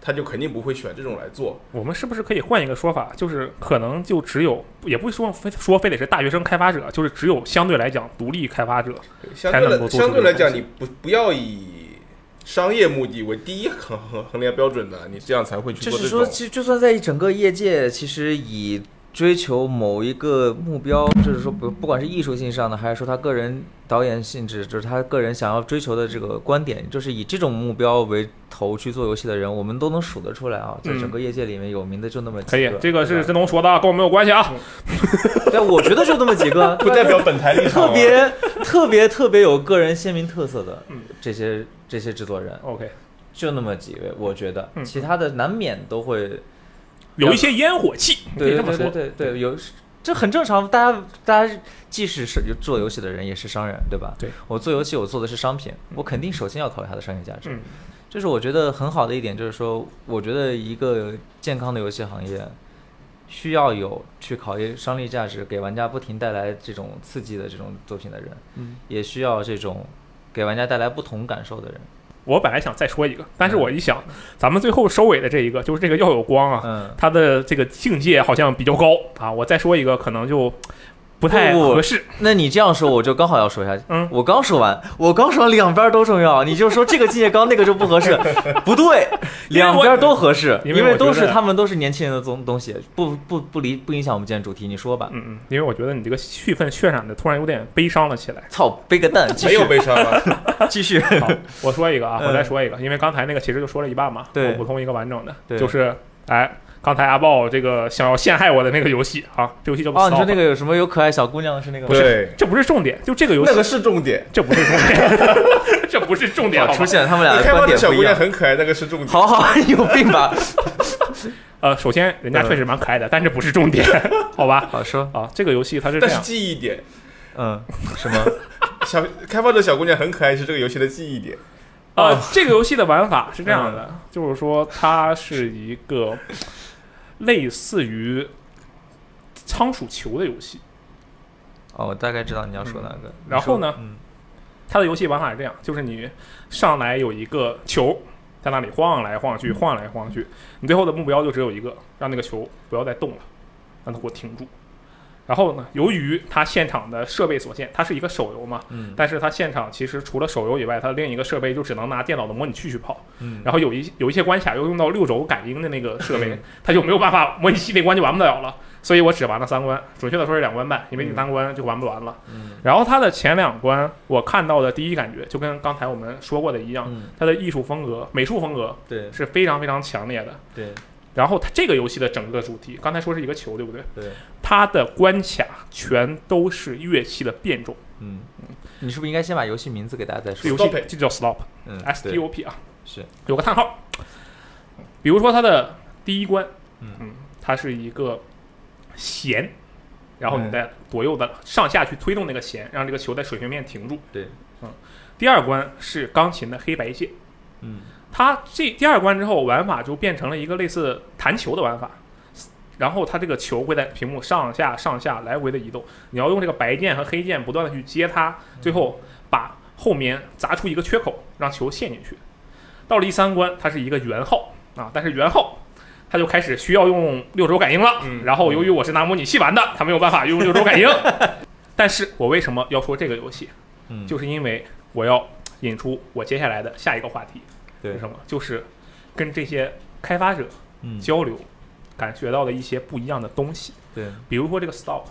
他就肯定不会选这种来做。我们是不是可以换一个说法？就是可能就只有，也不说非说非得是大学生开发者，就是只有相对来讲独立开发者。对相才对能够来做出相对来这个讲，东你不不要以商业目的为第一衡衡衡量标准的，你这样才会去就做是这说，种。其实就算在整个业界，其实以追求某一个目标，就是说不不管是艺术性上的，还是说他个人导演性质，就是他个人想要追求的这个观点，就是以这种目标为头去做游戏的人，我们都能数得出来啊，在嗯整个业界里面有名的就那么几可以，这对个是吧振东说的啊，跟我没有关系啊。对，我觉得就那么几个，不对吧代 表本台立场啊。特别特别特别有个人鲜明特色的嗯这些这些制作人， OK，就那么几位，我觉得嗯其他的难免都会有一些烟火气， 可以对这对么对说对。对对，有这很正常。大家大家即使是做游戏的人，也是商人，对吧？对，我做游戏，我做的是商品，我肯定首先要考虑它的商业价值。嗯这是我觉得很好的一点，就是说，我觉得一个健康的游戏行业需要有去考虑商业价值，给玩家不停带来这种刺激的这种作品的人，嗯，也需要这种给玩家带来不同感受的人。我本来想再说一个，嗯但是我一想，咱们最后收尾的这一个就是这个要有光啊，嗯，它的这个境界好像比较高啊。我再说一个，可能就不太不不合适。那你这样说，我就刚好要说一下，嗯我刚说完，我刚说完两边都重要，你就说这个境界高，那个就不合 适，不对，因为我两边都合适，因因为我都觉是得他们都是年轻人的东东西，不不不离不影响我们今天主题，你说吧，嗯嗯，因为我觉得你这个气氛渲染的突然有点悲伤了起来。操，背个蛋，继 没有续悲伤啊， 继续，哎好，我说一个啊，嗯我再说一个，因为刚才那个其实就说了一半嘛，对我补充一个完整的，对就是哎，刚才阿豹这个想要陷害我的那个游戏啊，这游戏叫哦，你说那个，个有什么有可爱小姑娘是那个吗？对，这不是重点，就这个游戏那，个是 重点。这不是重点， 这不是重点，哦好出吧？现了他们俩你的开发观的点小不一姑娘样。很可爱，那个是重点。好好， 你有病吧？呃，首先人家嗯确实蛮可爱的，但这不是重点， 好吧？好说，啊，这个游戏它是这但是样，记忆点，嗯，什么？小开发者小姑娘很可爱是这个游戏的记忆点。呃哦，这个游戏的玩法是这样嗯的，就是说它是一个类似于仓鼠球的游戏。哦，我大概知道你要说哪个。然后呢你说？嗯它的游戏玩法是这样，就是你上来有一个球在那里晃来晃去，晃来晃去，你最后的目标就只有一个，让那个球不要再动了，让它给我停住。然后呢，由于它现场的设备所限，它是一个手游嘛，嗯但是它现场其实除了手游以外，它另一个设备就只能拿电脑的模拟器去跑。嗯，然后有一有一些关卡又用到六轴感应的那个设备，它就没有办法模拟器那关就玩不了了。所以我只玩了三关，准确的说是两关半，因为第三关就玩不完了。嗯然后它的前两关，我看到的第一感觉就跟刚才我们说过的一样，嗯，它的艺术风格、美术风格对是非常非常强烈的。对然后它这个游戏的整个主题，刚才说是一个球，对不对？对，它的关卡全都是乐器的变种，嗯，你是不是应该先把游戏名字给大家再这说？游戏 Stop it 就叫 Stop 嗯 S T O P 啊，是有个叹号。比如说它的第一关，嗯它是一个弦，然后你再嗯左右的上下去推动那个弦，让这个球在水平面停住。对，第二关是钢琴的黑白键，嗯它这第二关之后玩法就变成了一个类似弹球的玩法，然后它这个球会在屏幕上下上下来回的移动，你要用这个白键和黑键不断的去接它，最后把后面砸出一个缺口，让球陷进去。到了第三关，它是一个圆号啊，但是圆号它就开始需要用六轴感应了。嗯然后由于我是拿模拟器玩的，它没有办法用六轴感应。 但是我为什么要说这个游戏？嗯，就是因为我要引出我接下来的下一个话题。对是什么？就是跟这些开发者嗯交流，感觉到的一些不一样的东西。对比如说这个 stop，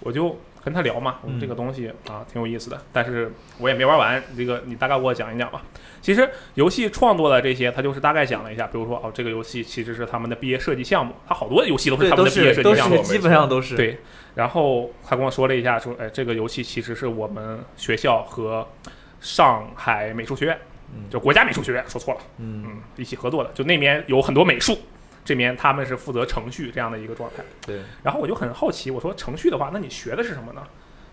我就跟他聊嘛，我说嗯这个东西啊挺有意思的，但是我也没玩完。这个你大概给我讲一讲吧。其实游戏创作的这些，他就是大概讲了一下，比如说哦，这个游戏其实是他们的毕业设计项目，他好多游戏都是对他都们的毕业是设计都项是目。基本上都是对，然后他跟我说了一下，说，哎，这个游戏其实是我们学校和上海美术学院，嗯就国家美术学院，说错了，嗯嗯，一起合作的，就那边有很多美术，这边他们是负责程序这样的一个状态。对然后我就很好奇，我说程序的话，那你学的是什么呢？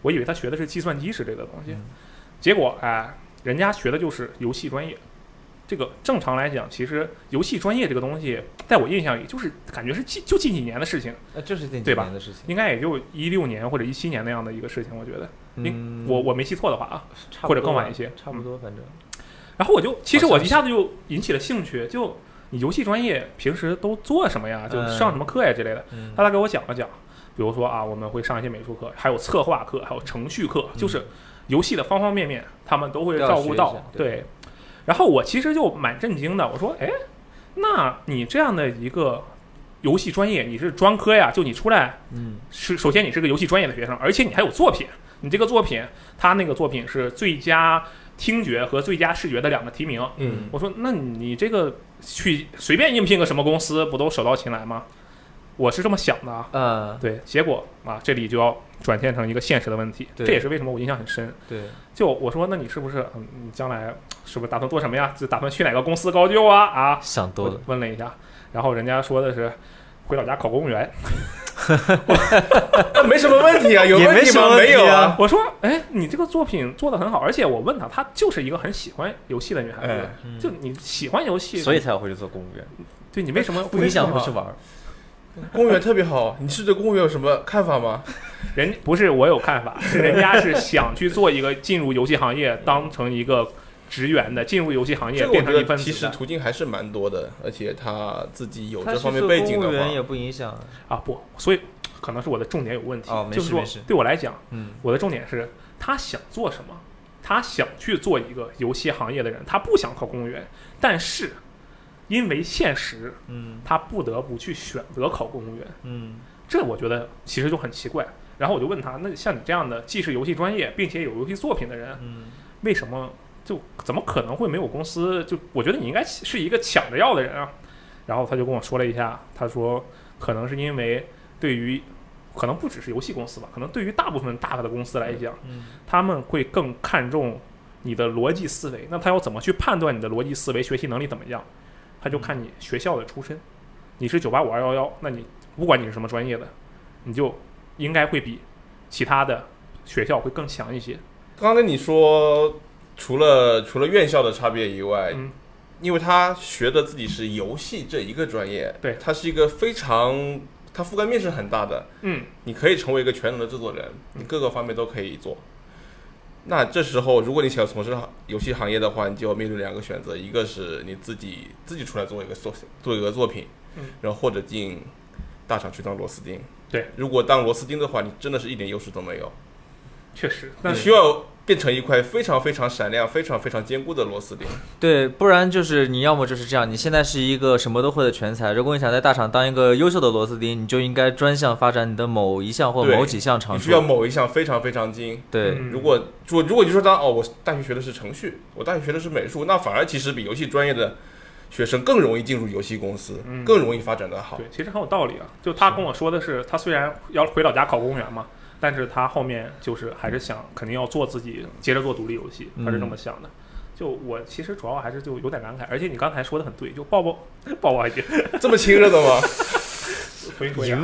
我以为他学的是计算机之类的东西，嗯结果哎、人家学的就是游戏专业。这个正常来讲，其实游戏专业这个东西，在我印象里就是感觉是近就近几年的事情，那就是这几对吧年的事情。应该也就一六年或者一七年那样的一个事情，我觉得，嗯，我我没记错的话啊。差不或者多更晚吧一些嗯差不多反正然后我就，其实好我像一下子就引起了兴趣，就你游戏专业平时都做什么呀？就嗯上什么课呀之类的。嗯大概给我讲了讲，比如说啊，我们会上一些美术课，还有策划课，还有程序课，就是游戏的方方面面，他们都会嗯都要照学顾一到下。对对，然后我其实就蛮震惊的，我说，哎，那你这样的一个游戏专业，你是专科呀？就你出来嗯是首先你是个游戏专业的学生，而且你还有作品，你这个作品，他那个作品是最佳听觉和最佳视觉的两个提名。嗯，我说，那你这个去随便应聘个什么公司，不都手到擒来吗？我是这么想的啊。呃，对，结果啊，这里就要转变成一个现实的问题，对这也是为什么我印象很深。对，就我说，那你是不是嗯，你将来是不是打算做什么呀？就打算去哪个公司高就啊啊？想多我了，问了一下，然后人家说的是回老家考公务员。那没什么问题啊，有也问没题什么吗？问没题有啊，我说，哎，你这个作品做的很好，而且我问她，她就是一个很喜欢游戏的女孩子。哎，嗯就你喜欢游戏，所以才要回去做公务员。对你为什么不影响回去？玩儿。公务员特别好，你是对公务员有什么看法吗？人不是我有看法，是人家是想去做一个进入游戏行业，当成一个职员的，进入游戏行业这个变我成一觉得份子其实的途径还是蛮多的，而且他自己有他这去方做面背景公的务员也话，不影响。啊不，所以可能是我的重点有问题，哦没事就是说没事对我来讲，嗯，我的重点是他想做什么，他想去做一个游戏行业的人，他不想考公务员，但是因为现实，嗯他不得不去选择考公务员，嗯这我觉得其实就很奇怪。然后我就问他，那像你这样的既是游戏专业，并且有游戏作品的 人，嗯，为什么就怎么可能会没有公司？就我觉得你应该是一个抢着要的人啊。然后他就跟我说了一下，他说可能是因为对于可能不只是游戏公司吧，可能对于大部分大的公司来讲，嗯他们会更看重你的逻辑思维。那他要怎么去判断你的逻辑思维、学习能力怎么样？他就看你学校的出身，你是九八五二幺幺，那你不管你是什么专业的，你就应该会比其他的学校会更强一些。刚跟你说，除了除了院校的差别以外，嗯因为他学的自己是游戏这一个专业，对它是一个非常它覆盖面是很大的，嗯，你可以成为一个全能的制作人，你各个方面都可以做。那这时候，如果你想从事游戏行业的话，你就要面对两个选择，一个是你自己自己出来做一个作做一个作品嗯，然后或者进大厂去当螺丝钉。对，如果当螺丝钉的话，你真的是一点优势都没有，嗯确实，你但需要变成一块非常非常闪亮、非常非常坚固的螺丝钉。对，不然就是你要么就是这样，你现在是一个什么都会的全才，如果你想在大厂当一个优秀的螺丝钉，你就应该专项发展你的某一项或对某几项长你处。需要某一项非常非常精。对，嗯如果如果如果你说当哦，我大学学的是程序，我大学学的是美术，那反而其实比游戏专业的学生更容易进入游戏公司，嗯更容易发展的好对，。其实很有道理啊。就他跟我说的是，他虽然要回老家考公务员嘛，但是他后面就是还是想肯定要做自己，接着做独立游戏，他是这么想的。就我其实主要还是就有点感慨，而且你刚才说的很对，就抱 抱抱抱一句，这么亲热的 吗？回回答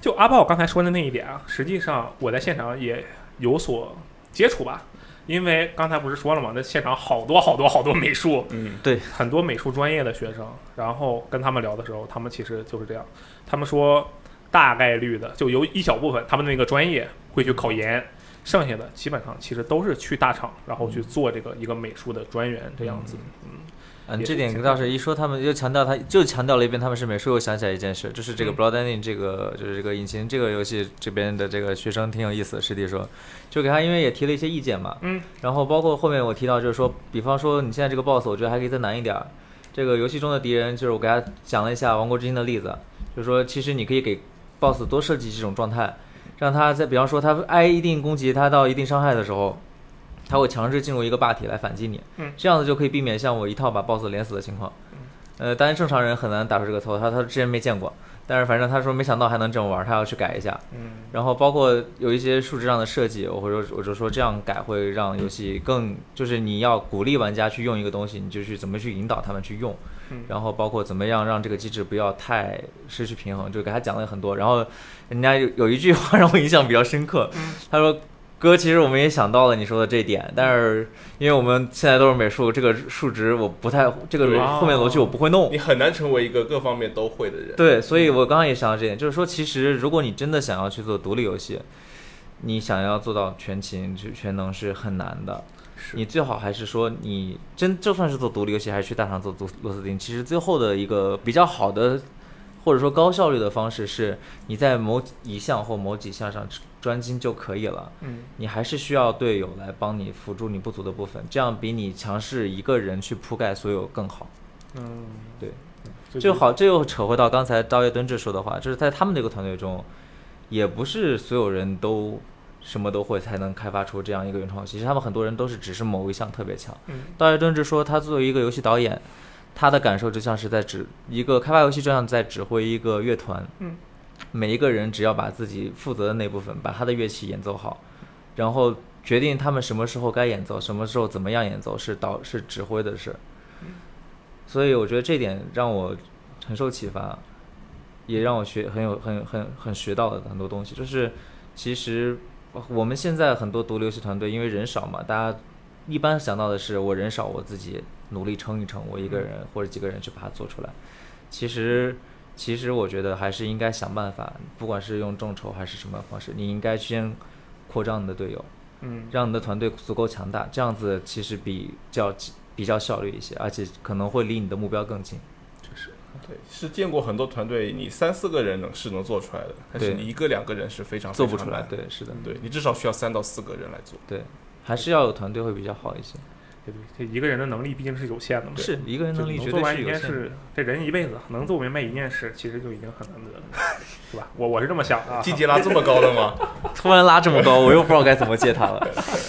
就阿豹刚才说的那一点啊，实际上我在现场也有所接触吧，因为刚才不是说了吗？那现场好多好多好多美术，嗯，很多美术专业的学生，然后跟他们聊的时候，他们其实就是这样，他们说大概率的就有一小部分他们那个专业会去考研，剩下的基本上其实都是去大厂，然后去做这个一个美术的专员这样子。嗯，这点倒是一说他们又强调他就强调了一遍他们是美术，又想起来一件事，就是这个嗯 Blood Ending 这个就是这个引擎这个游戏这边的这个学生挺有意思的，师弟说，就给他因为也提了一些意见嘛，嗯，然后包括后面我提到就是说，比方说你现在这个 BOSS，我觉得还可以再难一点儿。这个游戏中的敌人就是我给他讲了一下《王国之心》的例子，就是说其实你可以给 BOSS 多设计几种状态，让他在比方说他挨一定攻击，他到一定伤害的时候，他会强制进入一个霸体来反击你，嗯这样子就可以避免像我一套把 BOSS 连死的情况。呃，当然正常人很难打出这个操作，他他之前没见过，但是反正他说没想到还能这么玩儿，他要去改一下。嗯然后包括有一些数值上的设计，我会说我就说这样改会让游戏更，就是你要鼓励玩家去用一个东西，你就去怎么去引导他们去用，嗯然后包括怎么样让这个机制不要太失去平衡，就给他讲了很多。然后人家有有一句话 让我印象比较深刻，嗯他说。哥，其实我们也想到了你说的这一点，但是因为我们现在都是美术，这个数值我不太，这个对哦后面逻辑我不会弄，你很难成为一个各方面都会的人。对，所以我刚刚也想到这点，就是说，其实如果你真的想要去做独立游戏，你想要做到全勤全全能是很难的。你最好还是说，你真就算是做独立游戏，还是去大厂做螺螺丝钉，其实最后的一个比较好的，或者说高效率的方式是，你在某一项或某几项上专精就可以了。嗯你还是需要队友来帮你辅助你不足的部分，这样比你强势一个人去铺盖所有更好。嗯，对，这这就又好，这又扯回到刚才刀叶敦志说的话，就是在他们这个团队中，也不是所有人都什么都会才能开发出这样一个原创游戏。其实他们很多人都是只是某一项特别强。嗯刀叶敦志说，他作为一个游戏导演，他的感受就像是在指一个开发游戏，就像在指挥一个乐团。嗯每一个人只要把自己负责的那部分，把他的乐器演奏好，然后决定他们什么时候该演奏，什么时候怎么样演奏，是导是指挥的事。所以我觉得这点让我很受启发，也让我学很有很很很学到了很多东西。就是其实我们现在很多独立游戏团队，因为人少嘛，大家一般想到的是我人少，我自己努力撑一撑，我一个人或者几个人去把它做出来。其实，其实我觉得还是应该想办法，不管是用众筹还是什么方式，你应该先扩张你的队友，嗯让你的团队足够强大，这样子其实比较比较效率一些，而且可能会离你的目标更近。对，是见过很多团队，你三四个人能是能做出来的，但是对你一个两个人是非常做不非出常来，难的对，是的，对你至少需要三到四个人来做。对，还是要有团队会比较好一些。对对，这一个人的能力毕竟是有限的嘛，是一个人就能力能绝做对完是一有件限的。事，这人一辈子能做明白一件事，其实就已经很难得了， 是吧？我我是这么想的 啊，季节拉这么高了 吗？突然拉这么高，我又不知道该怎么接他 了。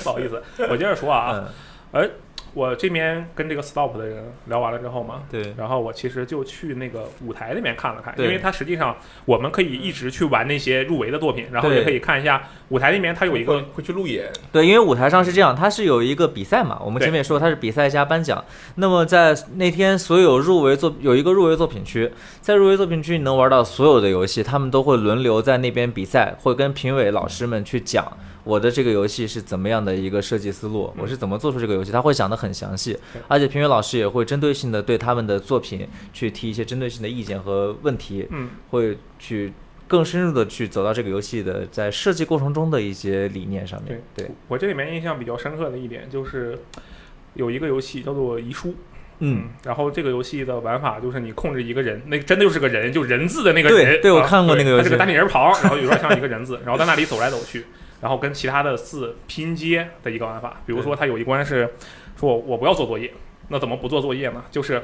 不好意思，我接着说啊，嗯，我这边跟这个 Stop 的人聊完了之后嘛，对，然后我其实就去那个舞台那边看了看，因对为它实际上我们可以一直去玩那些入围的作品，然后对也可以看一下舞台那边它有一会个会去路演，对，因为舞台上是这样，它是有一个比赛嘛，我们对前面也说它是比赛加颁奖。那么在那天所有入围作有一个入围作品区，在入围作品区你能玩到所有的游戏，他们都会轮流在那边比赛，会跟评委老师们去讲我的这个游戏是怎么样的一个设计思路，我是怎么做出这个游戏，他会讲得很详细嗯对，而且评委老师也会针对性的对他们的作品去提一些针对性的意见和问题。嗯会去更深入的去走到这个游戏的在设计过程中的一些理念上面。对，我这里面印象比较深刻的一点就是，有一个游戏叫做《遗书》，嗯，，然后这个游戏的玩法就是你控制一个人，那真的就是个人，就人字的那个对人。对我啊看过那个游戏它是个单立人旁，然后有点像一个人字，然 后在那里走来走去，然后跟其他的字拼接的一个玩法。比如说，它有一关是说我不要做作业，那怎么不做作业呢？就是。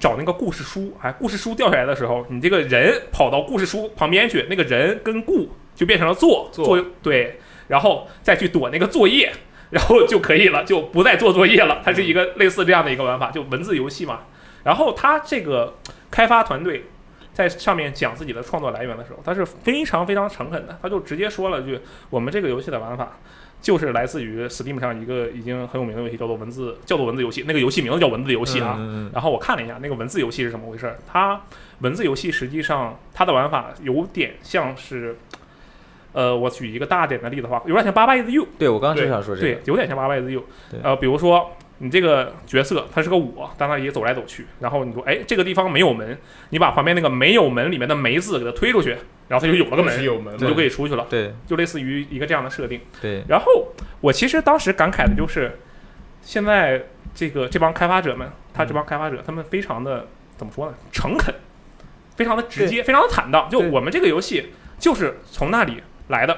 找那个故事书，哎，故事书掉下来的时候，你这个人跑到故事书旁边去，那个人跟故就变成了做做对，然后再去躲那个作业，然后就可以了，就不再做作业了。它是一个类似这样的一个玩法，就文字游戏嘛。然后它这个开发团队在上面讲自己的创作来源的时候，他是非常非常诚恳的，他就直接说了一句：“我们这个游戏的玩法就是来自于 Steam 上一个已经很有名的游戏，叫做文字，叫做文字游戏。那个游戏名字叫文字游戏啊。嗯，嗯嗯然后我看了一下那个文字游戏是怎么回事儿，它文字游戏实际上它的玩法有点像是，呃，我举一个大点的例子的话，有点像八 is you，对我刚刚就想说这对个，，有点像八 is you 对。呃，比如说你这个角色他是个我，但他也走来走去，然后你说，哎，这个地方没有门，你把旁边那个没有门里面的没字给它推出去，然后它就有了个门，有门你嘛就可以出去了，对就类似于一个这样的设定。对然后我其实当时感慨的就是，现在这个这帮开发者们，他这嗯帮开发者，他们非常的怎么说呢？诚恳，非常的直接，非常的坦荡。就对我们这个游戏就是从那里来的，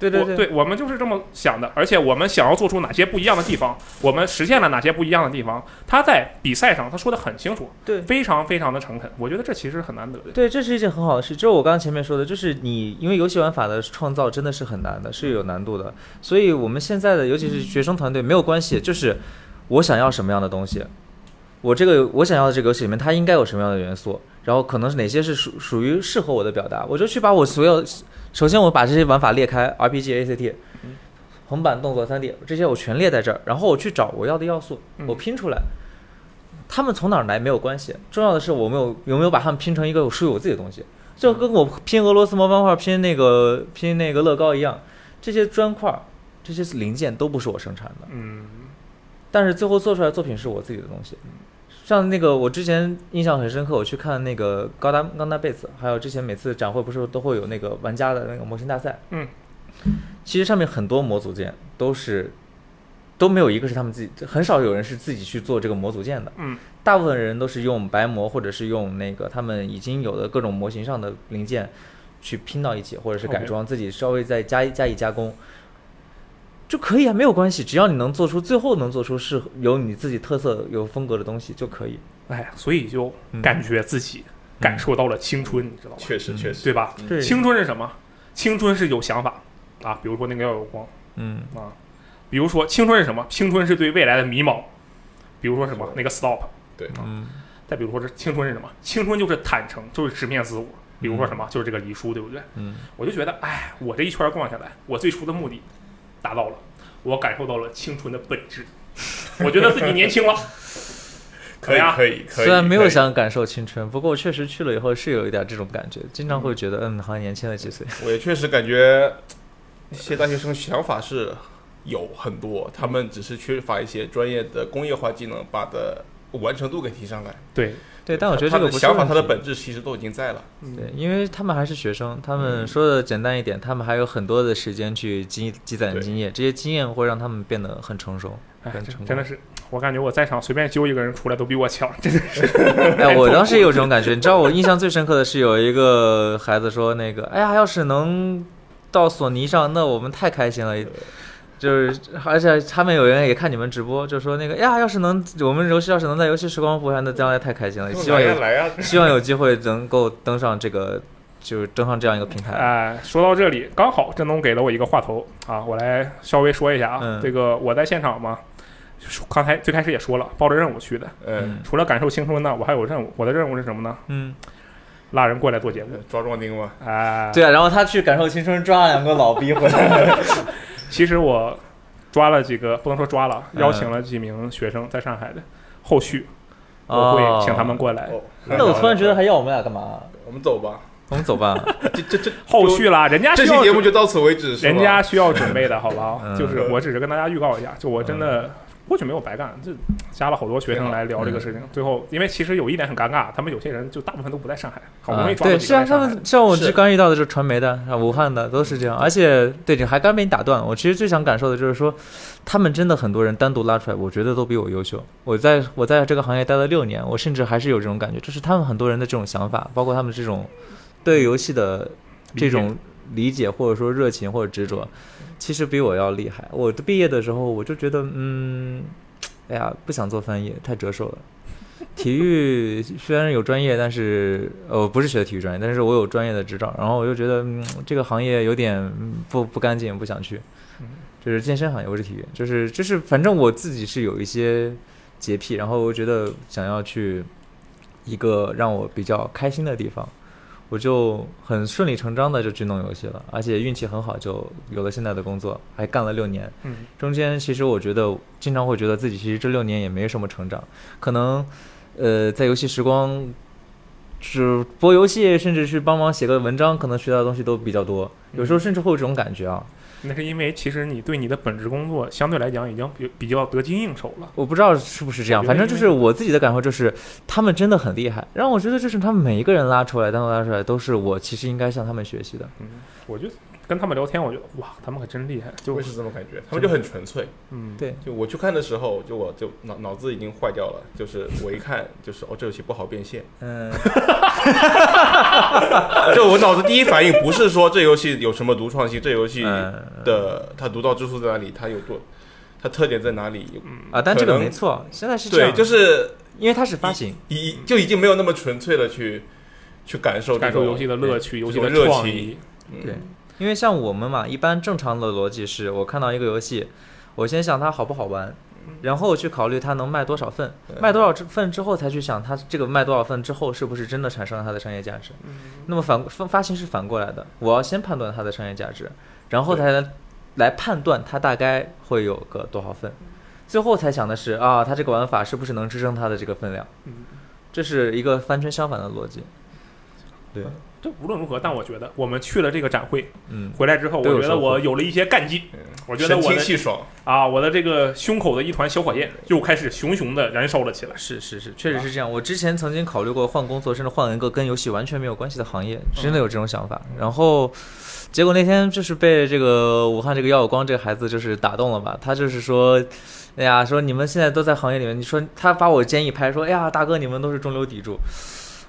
对我，我们就是这么想的。而且我们想要做出哪些不一样的地方，我们实现了哪些不一样的地方。他在比赛上他说的很清楚，对非常非常的诚恳。我觉得这其实很难得的。对，这是一件很好的事。就是我刚刚前面说的，就是你因为游戏玩法的创造真的是很难的，是有难度的。所以我们现在的，尤其是学生团队，没有关系，就是我想要什么样的东西，我这个我想要的这个游戏里面，它应该有什么样的元素，然后可能是哪些是属属于适合我的表达，我就去把我所有，首先我把这些玩法列开，RPG、ACT。横版动作三 D 这些我全列在这儿，然后我去找我要的要素，我嗯拼出来，他们从哪儿来没有关系，重要的是我们有有没有把他们拼成一个属于我自己的东西，就跟我拼俄罗斯魔方块、拼那个拼那个乐高一样，这些砖块、这些零件都不是我生产的，嗯，但是最后做出来的作品是我自己的东西。像那个我之前印象很深刻，我去看那个高达高达贝斯，还有之前每次展会不是都会有那个玩家的那个模型大赛，嗯，其实上面很多模组件都是都没有一个是他们自己，很少有人是自己去做这个模组件的，嗯，大部分人都是用白模或者是用那个他们已经有的各种模型上的零件去拼到一起，或者是改 OK 装自己稍微再加加以加工。就可以啊，没有关系，只要你能做出最后能做出适合有你自己特色、有风格的东西就可以。哎，所以就感觉自己感受到了青春，你知道吧？嗯确实嗯确实，对吧？对青春是什么？青春是有想法啊，比如说那个要有光嗯，啊，比如说青春是什么？青春是对未来的迷茫，比如说什么是那个 stop，嗯，再比如说这青春是什么？青春就是坦诚，就是直面自我。比如说什么，就是这个黎叔，对不对？嗯，我就觉得，哎，我这一圈逛下来，我最初的目的达到了，我感受到了青春的本质，我觉得自己年轻了。可以对啊可以可哎以。虽然没有可以，想感受青春，不过我确实去了以后是有一点这种感觉，经常会觉得，嗯，好像年轻了几岁。我也确实感觉那些大学生想法是有很多，他们只是缺乏一些专业的工业化技能，把的完成度给提上来。对，对，但我觉得这他个的不是想法，问它的题本质其实都已经在了。对，因为他们还是学生，他嗯们说的简单一点，他们还有很多的时间去积积攒对经验，这些经验会让他们变得很成 熟。哎，很这成功真的是，我感觉我在场随便揪一个人出来都比我强，真的是。哎，我当时也有这种 感觉，你知道，我印象最深刻的是有一个孩子说那个，哎呀，要是能到索尼上，那我们太开心了。就是，而且他们有人也看你们直播，就说那个，哎呀，要是能我们游戏要是能在游戏时光服上，那将来太开心了。希望来呀有来呀，希望有机会能够登上这个，就是登上这样一个平台。哎、说到这里，刚好振东给了我一个话头啊，我来稍微说一下啊，嗯这个我在现场嘛，说刚才最开始也说了，抱着任务去的，嗯，除了感受青春呢，我还有任务，我的任务是什么呢？嗯，拉人过来做节目。嗯抓壮丁嘛，哎、 对啊，然后他去感受青春，抓了两个老逼回来。其实我抓了几个，不能说抓了，嗯邀请了几名学生在上海的，后续我会请他们过来。哎哦， 那我突然觉得还要我们俩干嘛？我们走吧，我们走 吧。这这这后续啦，人家这需期要节目就到此为止，是吧人家需要准备的好不好？嗯就是我只是跟大家预告一下，就我真嗯的或许没有白干，就加了好多学生来聊这个事嗯情。最后，因为其实有一点很尴尬，他们有些人就大部分都不在上海，好不容易抓啊、住对，几像个在他上海们像我是这刚遇到的就是传媒的、啊武汉的都是这样，而且对你还刚被你打断，我其实最想感受的就是说，他们真的很多人单独拉出来，我觉得都比我优秀。我在我在这个行业待了六年，我甚至还是有这种感觉，就是他们很多人的这种想法，包括他们这种对游戏的这种理解或者说热情或者执着，其实比我要厉害。我毕业的时候我就觉得，嗯，哎呀，不想做翻译，太折寿了。体育虽然有专业，但是呃，我不是学的体育专业，但是我有专业的执照。然后我就觉得、嗯、这个行业有点嗯不不干净，不想去嗯。就是健身行业，不是体育，就是就是，反正我自己是有一些洁癖，然后我觉得想要去一个让我比较开心的地方，我就很顺理成章的就去弄游戏了，而且运气很好，就有了现在的工作，还干了六年。嗯中间其实我觉得经常会觉得自己其实这六年也没什么成长，可能呃在游戏时光只播游戏，甚至去帮忙写个文章，可能学到的东西都比较多，有时候甚至会有这种感觉啊。那是因为其实你对你的本职工作相对来讲已经比比较得心应手了。我不知道是不是这样，我觉得反正就是我自己的感受就是，他们真的很厉害，让我觉得就是他们每一个人拉出来，单独拉出来都是我其实应该向他们学习的。嗯，我就跟他们聊天，我觉得哇，他们可真厉害。就我也是这么感觉，他们就很纯粹。嗯，对，就我去看的时候，就我就脑脑子已经坏掉了，就是我一看就是哦，这游戏不好变现，嗯， 就我脑子第一反应不是说这游戏有什么独创性，这游戏嗯的它独到之处在哪里，它有多，它特点在哪里？啊，但这可个能没错，现在是这对，样，就是因为它是发行，已就已经没有那么纯粹的去去感受感这受种游戏的乐趣，游戏这的种热创情意。嗯对，因为像我们嘛，一般正常的逻辑是我看到一个游戏，我先想它好不好玩，嗯然后去考虑它能卖多少份，卖多少份之后才去想它这个卖多少份之后是不是真的产生了它的商业价值。嗯那么反发发行是反过来的，我要先判断它的商业价值，然后才能来判断它大概会有个多少嗯份，最后才想的是啊，它这个玩法是不是能支撑它的这个分量，嗯，这是一个完全相反的逻辑。对，这无论如何，但我觉得我们去了这个展会，嗯，回来之后，我都有觉得收获我有了一些干劲。嗯我觉得神我清的气爽，啊，我的这个胸口的一团小火焰又开始熊熊的燃烧了起来。是是是，确实是这样。我之前曾经考虑过换工作，甚至换一个跟游戏完全没有关系的行业，真的有这种想法。然后，结果那天就是被这个武汉这个耀有光这个孩子就是打动了吧？他就是说，哎呀，说你们现在都在行业里面，你说他把我肩一拍，说，哎呀，大哥，你们都是中流砥柱。我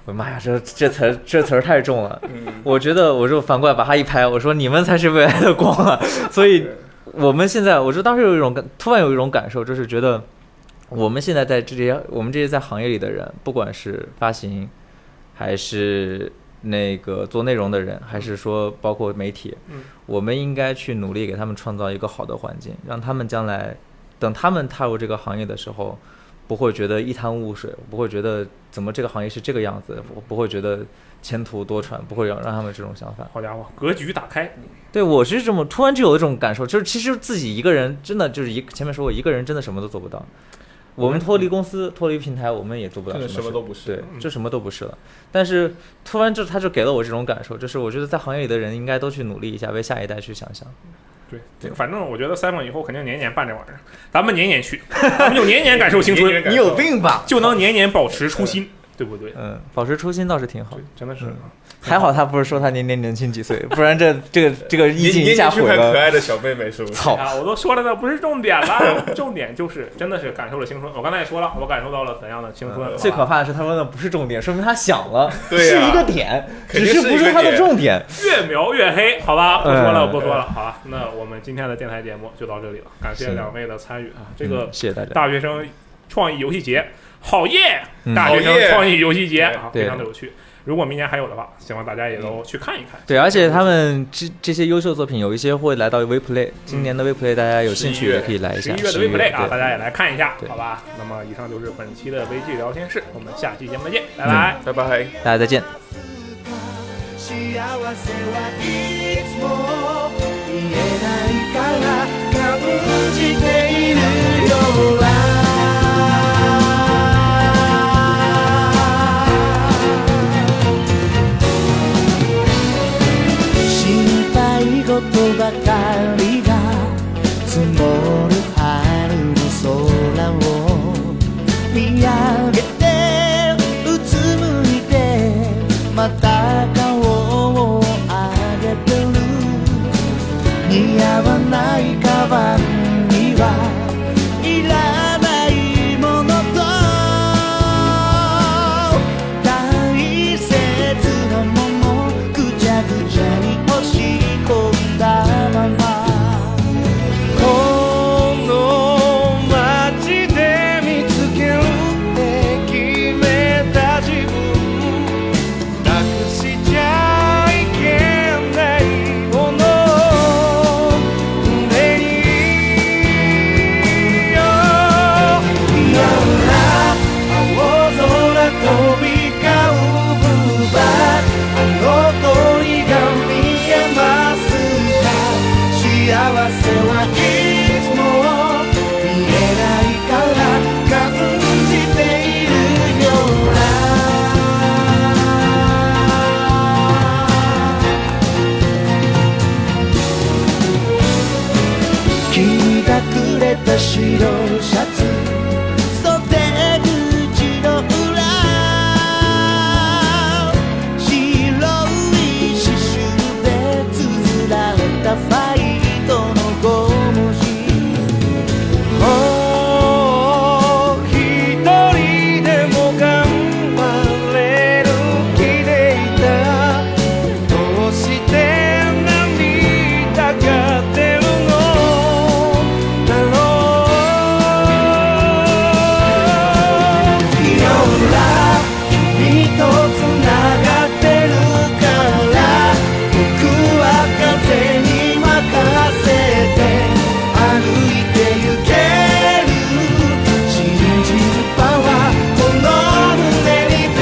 我妈呀，这这词儿这词儿太重了。嗯，我觉得我就反过来把他一拍，我说你们才是未来的光啊！ 所以我们现在，我就当时有一种感，突然有一种感受，就是觉得我们现在在这些我们这些在行业里的人，不管是发行，还是那个做内容的人，还是说包括媒体，嗯我们应该去努力给他们创造一个好的环境，让他们将来等他们踏入这个行业的时候，不会觉得一滩雾水，不会觉得怎么这个行业是这个样子，不不会觉得前途多舛，不会让让他们这种想法。好家伙，格局打开，对我是这么突然就有一种感受，就是其实自己一个人真的就是一前面说过，一个人真的什么都做不到。我们脱离公司、脱离平台，我们也做不了真的什什么么事都不是对，这什么都不是了。但是突然就他就给了我这种感受，就是我觉得在行业里的人应该都去努力一下，为下一代去想想。对，嗯这反正我觉得 Simon 以后肯定年年办这玩意儿，咱们年年去，咱们就年年感受青 年年春，感受你有病吧？就能年年保持初心，对不对？嗯，保持初心倒是挺好对。，真的是嗯啊还好他不是说他年年年轻几岁， 不然这这个这个意年境一 年下轻毁很可了。爱的小妹妹是不是？操！啊，我都说了，那不是重点了，重点就是真的是感受了青春。我刚才也说了，我感受到了怎样的青嗯春。最可好吧怕的是他说的不是重点，说明他想了，对呀是一个点，肯只定是一个不是他的重点。越描越黑，好吧，不说了，嗯不说了，好吧。啊那我们今天的电台节目就到这里了，感谢是两位的参与啊，这个嗯谢谢大家。大学生创意游戏节，好耶！嗯大学好生耶创意游戏节啊，对非常的有趣。如果明年还有的话，希望大家也都去看一看。对，而且他们这这些优秀作品有一些会来到 WePlay，今年的 WePlay 大家有兴趣11月也可以来一十下。一月的11 WePlay 啊，对大家也来看一下，对好吧？那么以上就是本期的 VG 聊天室，我们下期节目再嗯见，拜拜。拜拜。大家再见。 「幸せはいつも見えないから感じているようだ」「心配事ばかりが積もる春の空を」見上げてうつむいてまた顔を上げてる似合わないカバンにはいらないものと大切なものぐちゃぐちゃに押し込んだままこの街で見つけるって決めた自分なくしちゃいけないもの胸によ夜空青空飛び交うバあの鳥が見えますか幸せはいつも見えないから感じているようだ君がくれた白シャツ袖口の裏白い刺繍で綴られたファイトの5文字もう一人でも頑張れる気でいたどうして涙が出るのだろう「夜空「君とつながってるから」「僕はただ風に任せて」「歩いてゆける」「信じるパワーこの胸に微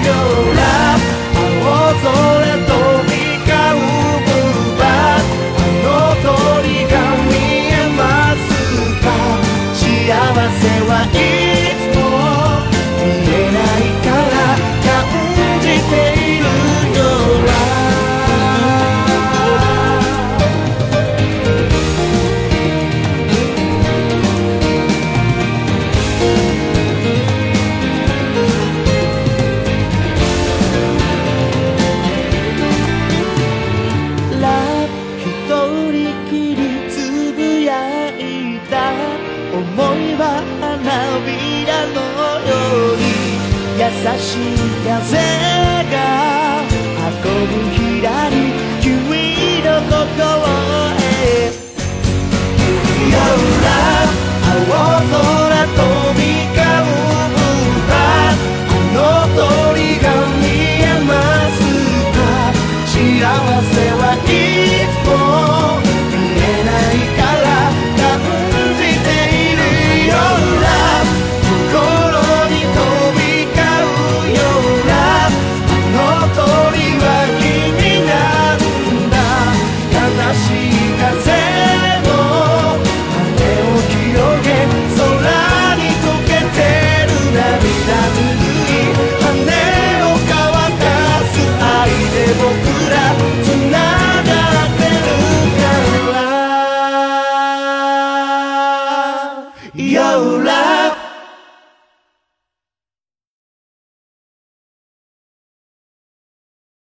妙な」「青空飛び交うブーバー」「あの鳥が見えますか」「幸せはいつも見えないから感じているようだ」ラ一人きりつぶやいた思いは花びらのように優しい風心へ指輪裏青空飛び交う歌あの鳥が見えますか幸せはい